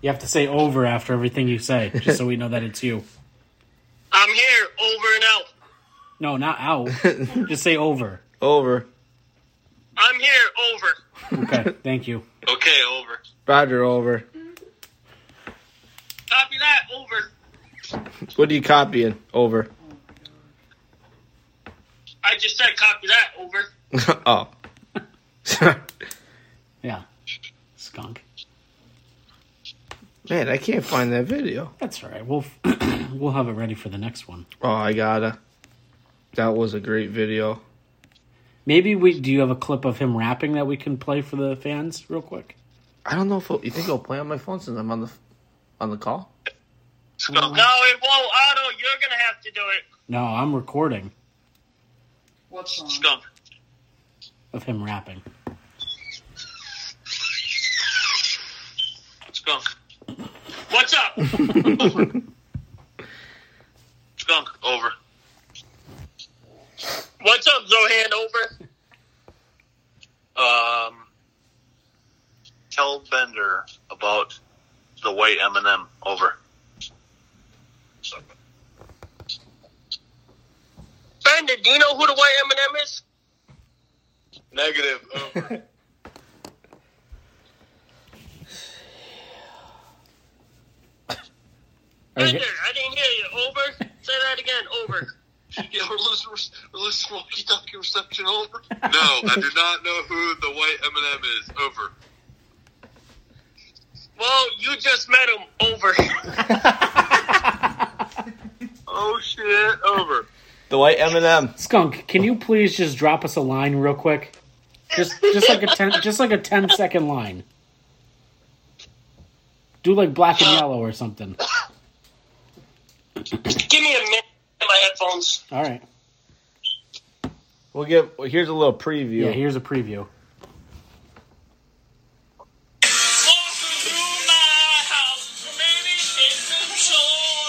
Speaker 1: You have to say over after everything you say, just so we know that it's you.
Speaker 3: I'm here, over and out.
Speaker 1: No, not out. just say over.
Speaker 2: Over.
Speaker 3: I'm here, over.
Speaker 1: Okay, thank you.
Speaker 4: Okay, over.
Speaker 2: Roger. Over.
Speaker 3: Copy that, over.
Speaker 2: What are you copying? Over.
Speaker 3: I just said copy that, over.
Speaker 2: oh.
Speaker 1: Yeah. Skunk.
Speaker 2: Man, I can't find that video.
Speaker 1: That's all right. We'll we'll have it ready for the next one.
Speaker 2: Oh, I gotta. That was a great video.
Speaker 1: Maybe we do you have a clip of him rapping that we can play for the fans real quick?
Speaker 2: I don't know if it'll- you think it'll play on my phone since I'm on the on the call.
Speaker 4: Skunk.
Speaker 3: No, it won't. Otto, you're gonna have to do it.
Speaker 1: No, I'm recording
Speaker 7: What song?
Speaker 4: Skunk.
Speaker 1: of him rapping.
Speaker 4: Skunk.
Speaker 3: What's up?
Speaker 4: Skunk. Over.
Speaker 3: What's up, Zohan? Over.
Speaker 4: Um, tell Bender about the white M&M. Over.
Speaker 3: Brandon, do you know who the white Eminem is?
Speaker 6: Negative. Over.
Speaker 1: Are
Speaker 3: Bender,
Speaker 1: you,
Speaker 3: I didn't hear you. Over. Say that again. Over.
Speaker 6: yeah, we're losing, we're losing walkie-talkie reception. Over. No, I do not know who the white M&M is. Over.
Speaker 3: Well, you just met him. Over.
Speaker 6: Oh shit. Over.
Speaker 2: The white M&M.
Speaker 1: Skunk, can you please just drop us a line real quick? Just just like a ten just like a 10 second line. Do like black and yellow or something.
Speaker 3: Give me a minute. to get My headphones.
Speaker 1: All right.
Speaker 2: We'll give. Well, here's a little preview.
Speaker 1: Yeah, here's a preview.
Speaker 3: Walking through my house, maybe it's been so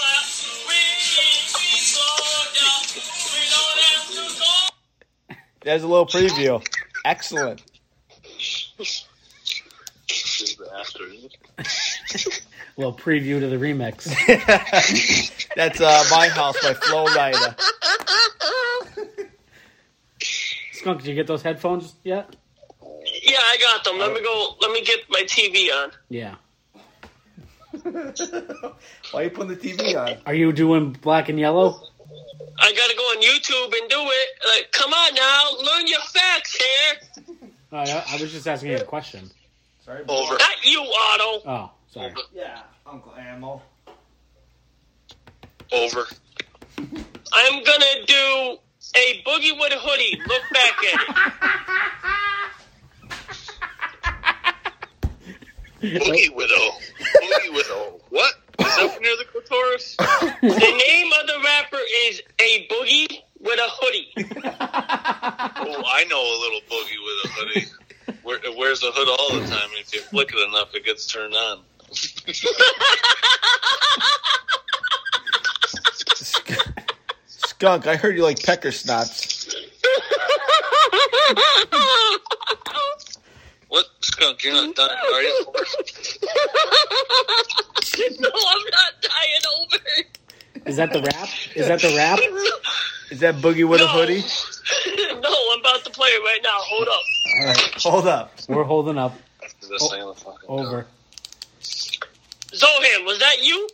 Speaker 3: loud. We ain't been so down. We don't have to go.
Speaker 2: There's a little preview. Excellent.
Speaker 1: Well, preview to the remix.
Speaker 2: That's uh, My House by Flo Rida.
Speaker 1: Skunk, did you get those headphones yet?
Speaker 3: Yeah, I got them. Let me go. Let me get my TV on.
Speaker 1: Yeah.
Speaker 2: Why are you putting the TV on?
Speaker 1: Are you doing black and yellow?
Speaker 3: I gotta go on YouTube and do it. Like, come on now, learn your facts here.
Speaker 1: Oh, yeah, I was just asking you a question.
Speaker 4: Over.
Speaker 3: Not you, Otto.
Speaker 1: Oh, sorry.
Speaker 7: Yeah, Uncle Ammo.
Speaker 4: Over.
Speaker 3: I'm gonna do a boogie with a hoodie. Look back at it.
Speaker 4: Boogie Widow. Boogie Widow. What? Is that from near the clitoris?
Speaker 3: The name of the rapper is a boogie with a hoodie.
Speaker 4: Oh, I know a little boogie with a hoodie. Wear, it wears a hood all the time, and if you flick it enough, it gets turned on.
Speaker 2: Skunk, I heard you like pecker snots.
Speaker 4: What skunk? You're not done, are you?
Speaker 3: no, I'm not dying over.
Speaker 1: Is that the rap? Is that the rap?
Speaker 2: Is that Boogie with a
Speaker 3: No.
Speaker 2: hoodie?
Speaker 3: no, I'm about to play it right now. Hold up.
Speaker 2: All right, hold up.
Speaker 1: We're holding up.
Speaker 4: This ain't a fucking dog.
Speaker 1: Over.
Speaker 3: Zohan, was that you?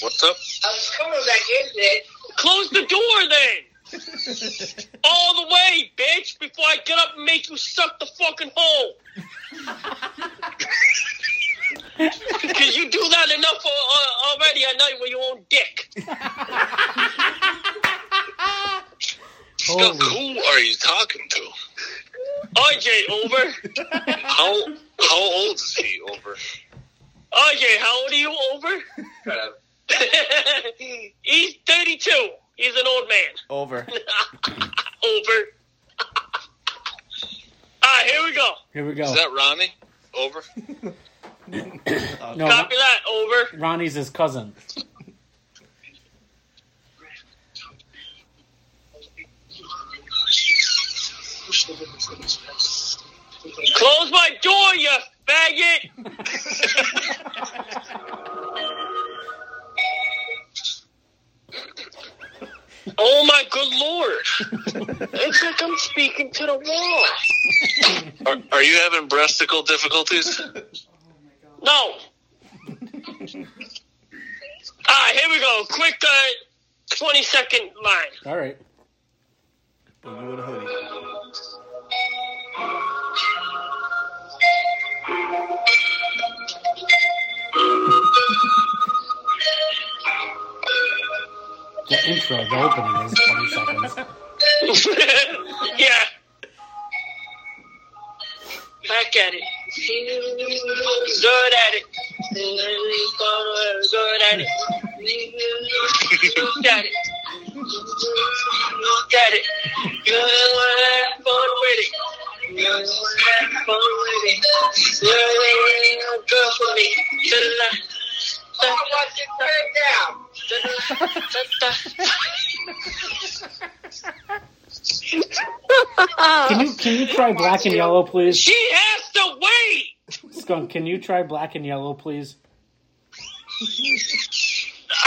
Speaker 4: What's up?
Speaker 7: I was coming back in there.
Speaker 3: Close the door then. All the way, bitch, before I get up and make you suck the fucking hole. Because you do that enough al- al- already at night with your own dick.
Speaker 4: Skunk,
Speaker 1: Holy.
Speaker 4: who are you talking to?
Speaker 3: RJ, over.
Speaker 4: How how old is he? Over.
Speaker 3: RJ, how old are you, over? He's 32. He's an old man.
Speaker 2: Over.
Speaker 3: Over. All right, here we go.
Speaker 1: Here we
Speaker 4: Is
Speaker 1: go.
Speaker 4: that Ronnie? Over.
Speaker 1: No,
Speaker 3: Copy that, over.
Speaker 1: Ronnie's his cousin.
Speaker 3: Close my door, you faggot! oh my good lord! It's like I'm speaking to the wall.
Speaker 4: Are, are you having breasticle difficulties?
Speaker 3: No. All right, here we go. Quick, uh, twenty second line.
Speaker 1: All right.
Speaker 2: Boogie with a hoodie.
Speaker 1: The intro, the opening is 20 seconds.
Speaker 3: yeah. Back at it. Good at it. Look at it. Look at it. Look at it. You have fun with it. You have fun with it. You ain't good for me. To the left. Turn down.
Speaker 1: Can you can you try black and yellow, please?
Speaker 3: She has to wait.
Speaker 1: Skunk, can you try black and yellow, please?
Speaker 3: I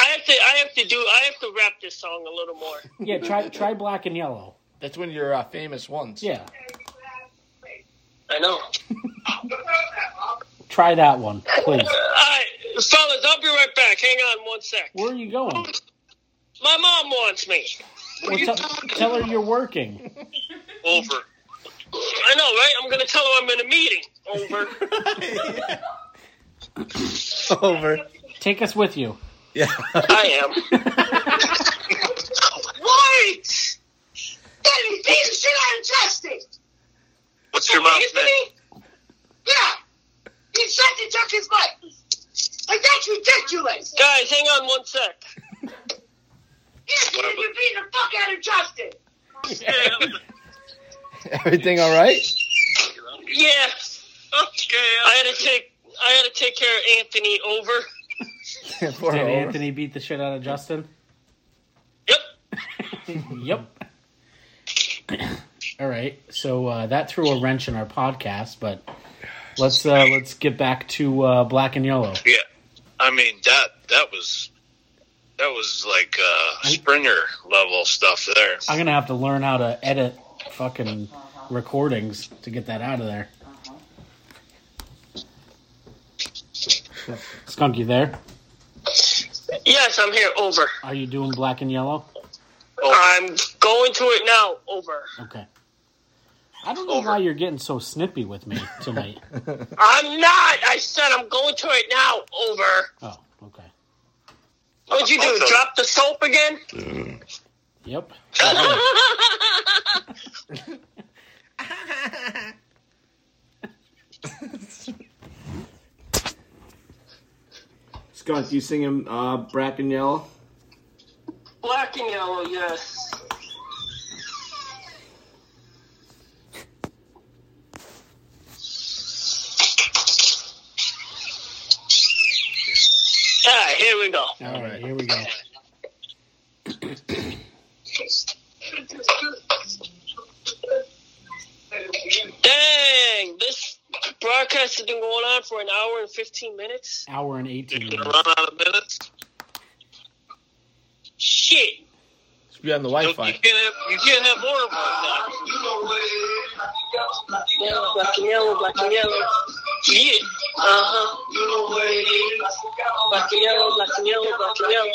Speaker 3: have to. I have to do. I have to rap this song a little more.
Speaker 1: Yeah, try try black and yellow.
Speaker 5: That's when you're uh, famous once.
Speaker 1: Yeah,
Speaker 3: I know.
Speaker 1: try that one, please.
Speaker 3: All right, fellas, I'll be right back. Hang on one sec.
Speaker 1: Where are you going?
Speaker 3: My mom wants me.
Speaker 1: Well, te- tell her you're working.
Speaker 4: Over.
Speaker 3: I know, right? I'm gonna tell her I'm in a meeting. Over.
Speaker 2: Over.
Speaker 1: Take us with you.
Speaker 2: Yeah.
Speaker 3: I am.
Speaker 7: What? That piece of shit I'm trusting.
Speaker 4: What's your mom's name?
Speaker 7: Anthony? Yeah. He sucked and took his butt. Like, that's ridiculous.
Speaker 3: Guys, hang on one sec.
Speaker 7: Anthony, you're beating the fuck out of Justin.
Speaker 3: Yeah.
Speaker 5: Everything all right?
Speaker 3: yeah. Okay. I had to take. I had to take care of Anthony. Over.
Speaker 5: Poor
Speaker 1: Did
Speaker 5: Homer.
Speaker 1: Anthony beat the shit out of Justin?
Speaker 3: Yep.
Speaker 1: Yep. All right, so uh, that threw a wrench in our podcast, but let's uh, let's get back to uh, black and yellow.
Speaker 4: Yeah, I mean that that was that was like uh, Springer level stuff there.
Speaker 1: I'm gonna have to learn how to edit fucking recordings to get that out of there. Skunk, you there?
Speaker 3: Yes, I'm here. Over.
Speaker 1: Are you doing black and yellow?
Speaker 3: I'm going to it now. Over.
Speaker 1: Okay. I don't know why you're getting so snippy with me tonight.
Speaker 3: I'm not. I said I'm going to it now. Over.
Speaker 1: oh, okay.
Speaker 3: What'd you do?
Speaker 4: Also-
Speaker 3: Drop the soap again?
Speaker 1: Yep.
Speaker 3: Mm-hmm.
Speaker 2: Skunk, you sing him uh, Brack and Yellow?
Speaker 3: Black and yellow, yes. All right, here we go.
Speaker 1: All right, here we go.
Speaker 3: Dang, this broadcast has been going on for an hour and 15 minutes.
Speaker 1: Hour and 18
Speaker 4: You're gonna
Speaker 1: minutes.
Speaker 4: run out of minutes.
Speaker 3: Shit.
Speaker 5: Should be on the
Speaker 4: You
Speaker 5: Wi-Fi.
Speaker 4: can't have you can't have more of that.
Speaker 3: Yellow, black and yellow, black and yellow. Yeah. Uh-huh. Black and yellow, black and yellow, black and yellow.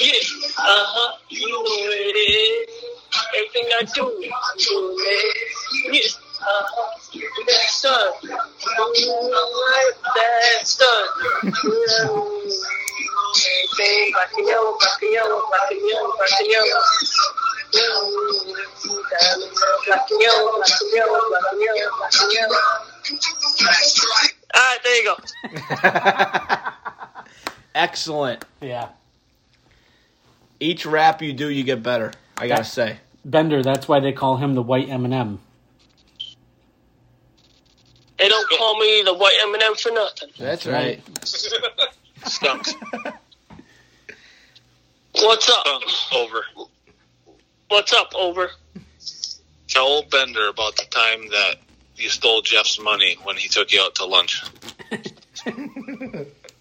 Speaker 3: Yeah. Uh-huh. You know what it is. Everything I do, you it. Yeah. Uh-huh. That's son. That's son. Black and yellow, black and yellow, black and yellow, black and yellow. Black and yellow, black and yellow, black and yellow, black and yellow. All right, there you go.
Speaker 2: Excellent.
Speaker 1: Yeah.
Speaker 2: Each rap you do, you get better. I gotta say.
Speaker 1: Bender, that's why they call him the white M&M.
Speaker 3: They don't call me the white Eminem for nothing.
Speaker 5: That's right.
Speaker 4: Stumps
Speaker 3: What's up?
Speaker 4: over.
Speaker 3: What's up? Over.
Speaker 4: Tell old Bender about the time that you stole Jeff's money when he took you out to lunch.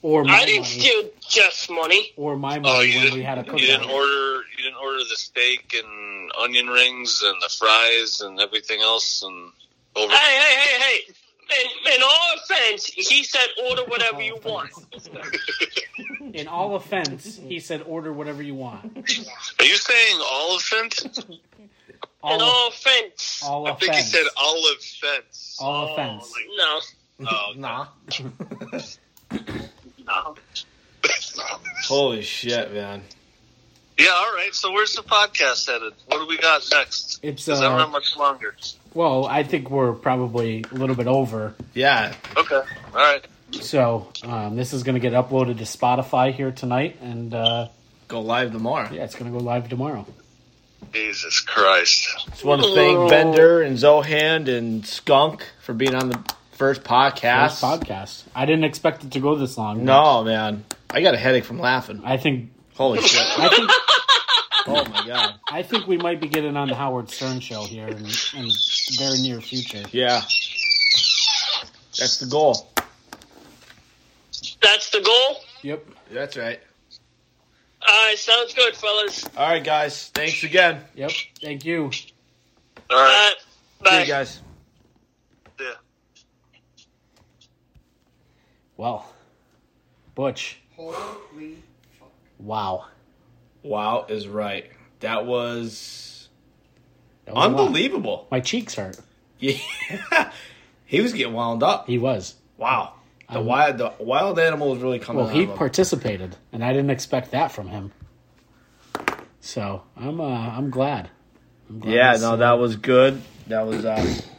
Speaker 1: Or my
Speaker 3: I didn't
Speaker 4: Mm-hmm.
Speaker 1: money.
Speaker 3: steal Jeff's money.
Speaker 1: or my money
Speaker 4: Oh, you
Speaker 1: when we
Speaker 4: didn't,
Speaker 1: had a
Speaker 4: you didn't
Speaker 1: cookout.
Speaker 4: order you didn't order the steak and onion rings and the fries and everything else and over.
Speaker 3: Hey, hey, hey, hey. In, in all offense, he said order whatever you want.
Speaker 1: In all offense, he said, "Order whatever you want."
Speaker 4: Are you saying elephant?
Speaker 3: In
Speaker 1: All
Speaker 3: all offense.
Speaker 1: all
Speaker 4: I think he
Speaker 1: offense.
Speaker 4: said uh, olive fence.
Speaker 1: All
Speaker 4: Oh,
Speaker 1: offense.
Speaker 4: like-
Speaker 3: No.
Speaker 4: oh,
Speaker 5: Nah.
Speaker 2: Holy shit, man.
Speaker 4: Yeah, all right. So where's the podcast headed? What do we got next?
Speaker 1: It's,
Speaker 4: Because I don't
Speaker 1: uh,
Speaker 4: have much longer.
Speaker 1: Well, I think we're probably a little bit over.
Speaker 2: Yeah.
Speaker 4: Okay. All right.
Speaker 1: So um, this is going to get uploaded to Spotify here tonight, and uh,
Speaker 2: Go live tomorrow.
Speaker 1: yeah, it's going to go live tomorrow.
Speaker 4: Jesus Christ.
Speaker 2: Just want to thank Bender and Zohand and Skunk for being on the first podcast.
Speaker 1: First podcast. I didn't expect it to go this long.
Speaker 2: No, man. I got a headache from laughing.
Speaker 1: I think
Speaker 2: Holy shit.
Speaker 1: I think
Speaker 2: Oh, my God.
Speaker 1: I think we might be getting on the Howard Stern show here in, in the very near future.
Speaker 2: Yeah. That's the goal.
Speaker 3: That's the goal.
Speaker 1: Yep.
Speaker 2: That's right.
Speaker 3: All right, sounds good, fellas.
Speaker 2: All right, guys. Thanks again.
Speaker 1: Yep. Thank you.
Speaker 4: All right.
Speaker 3: Uh, bye.
Speaker 2: See you guys.
Speaker 4: Yeah.
Speaker 1: Well, Butch.
Speaker 8: Holy fuck.
Speaker 1: Wow.
Speaker 2: Wow is right. That was
Speaker 1: That was a lot.
Speaker 2: unbelievable.
Speaker 1: My cheeks hurt.
Speaker 2: Yeah. he was getting wound up.
Speaker 1: He was.
Speaker 2: Wow. The wild the wild animal was really coming
Speaker 1: Well, he
Speaker 2: out of him.
Speaker 1: participated, and I didn't expect that from him. So I'm uh, I'm glad. I'm glad
Speaker 2: Yeah,
Speaker 1: this,
Speaker 2: no,
Speaker 1: uh,
Speaker 2: that was good. That was uh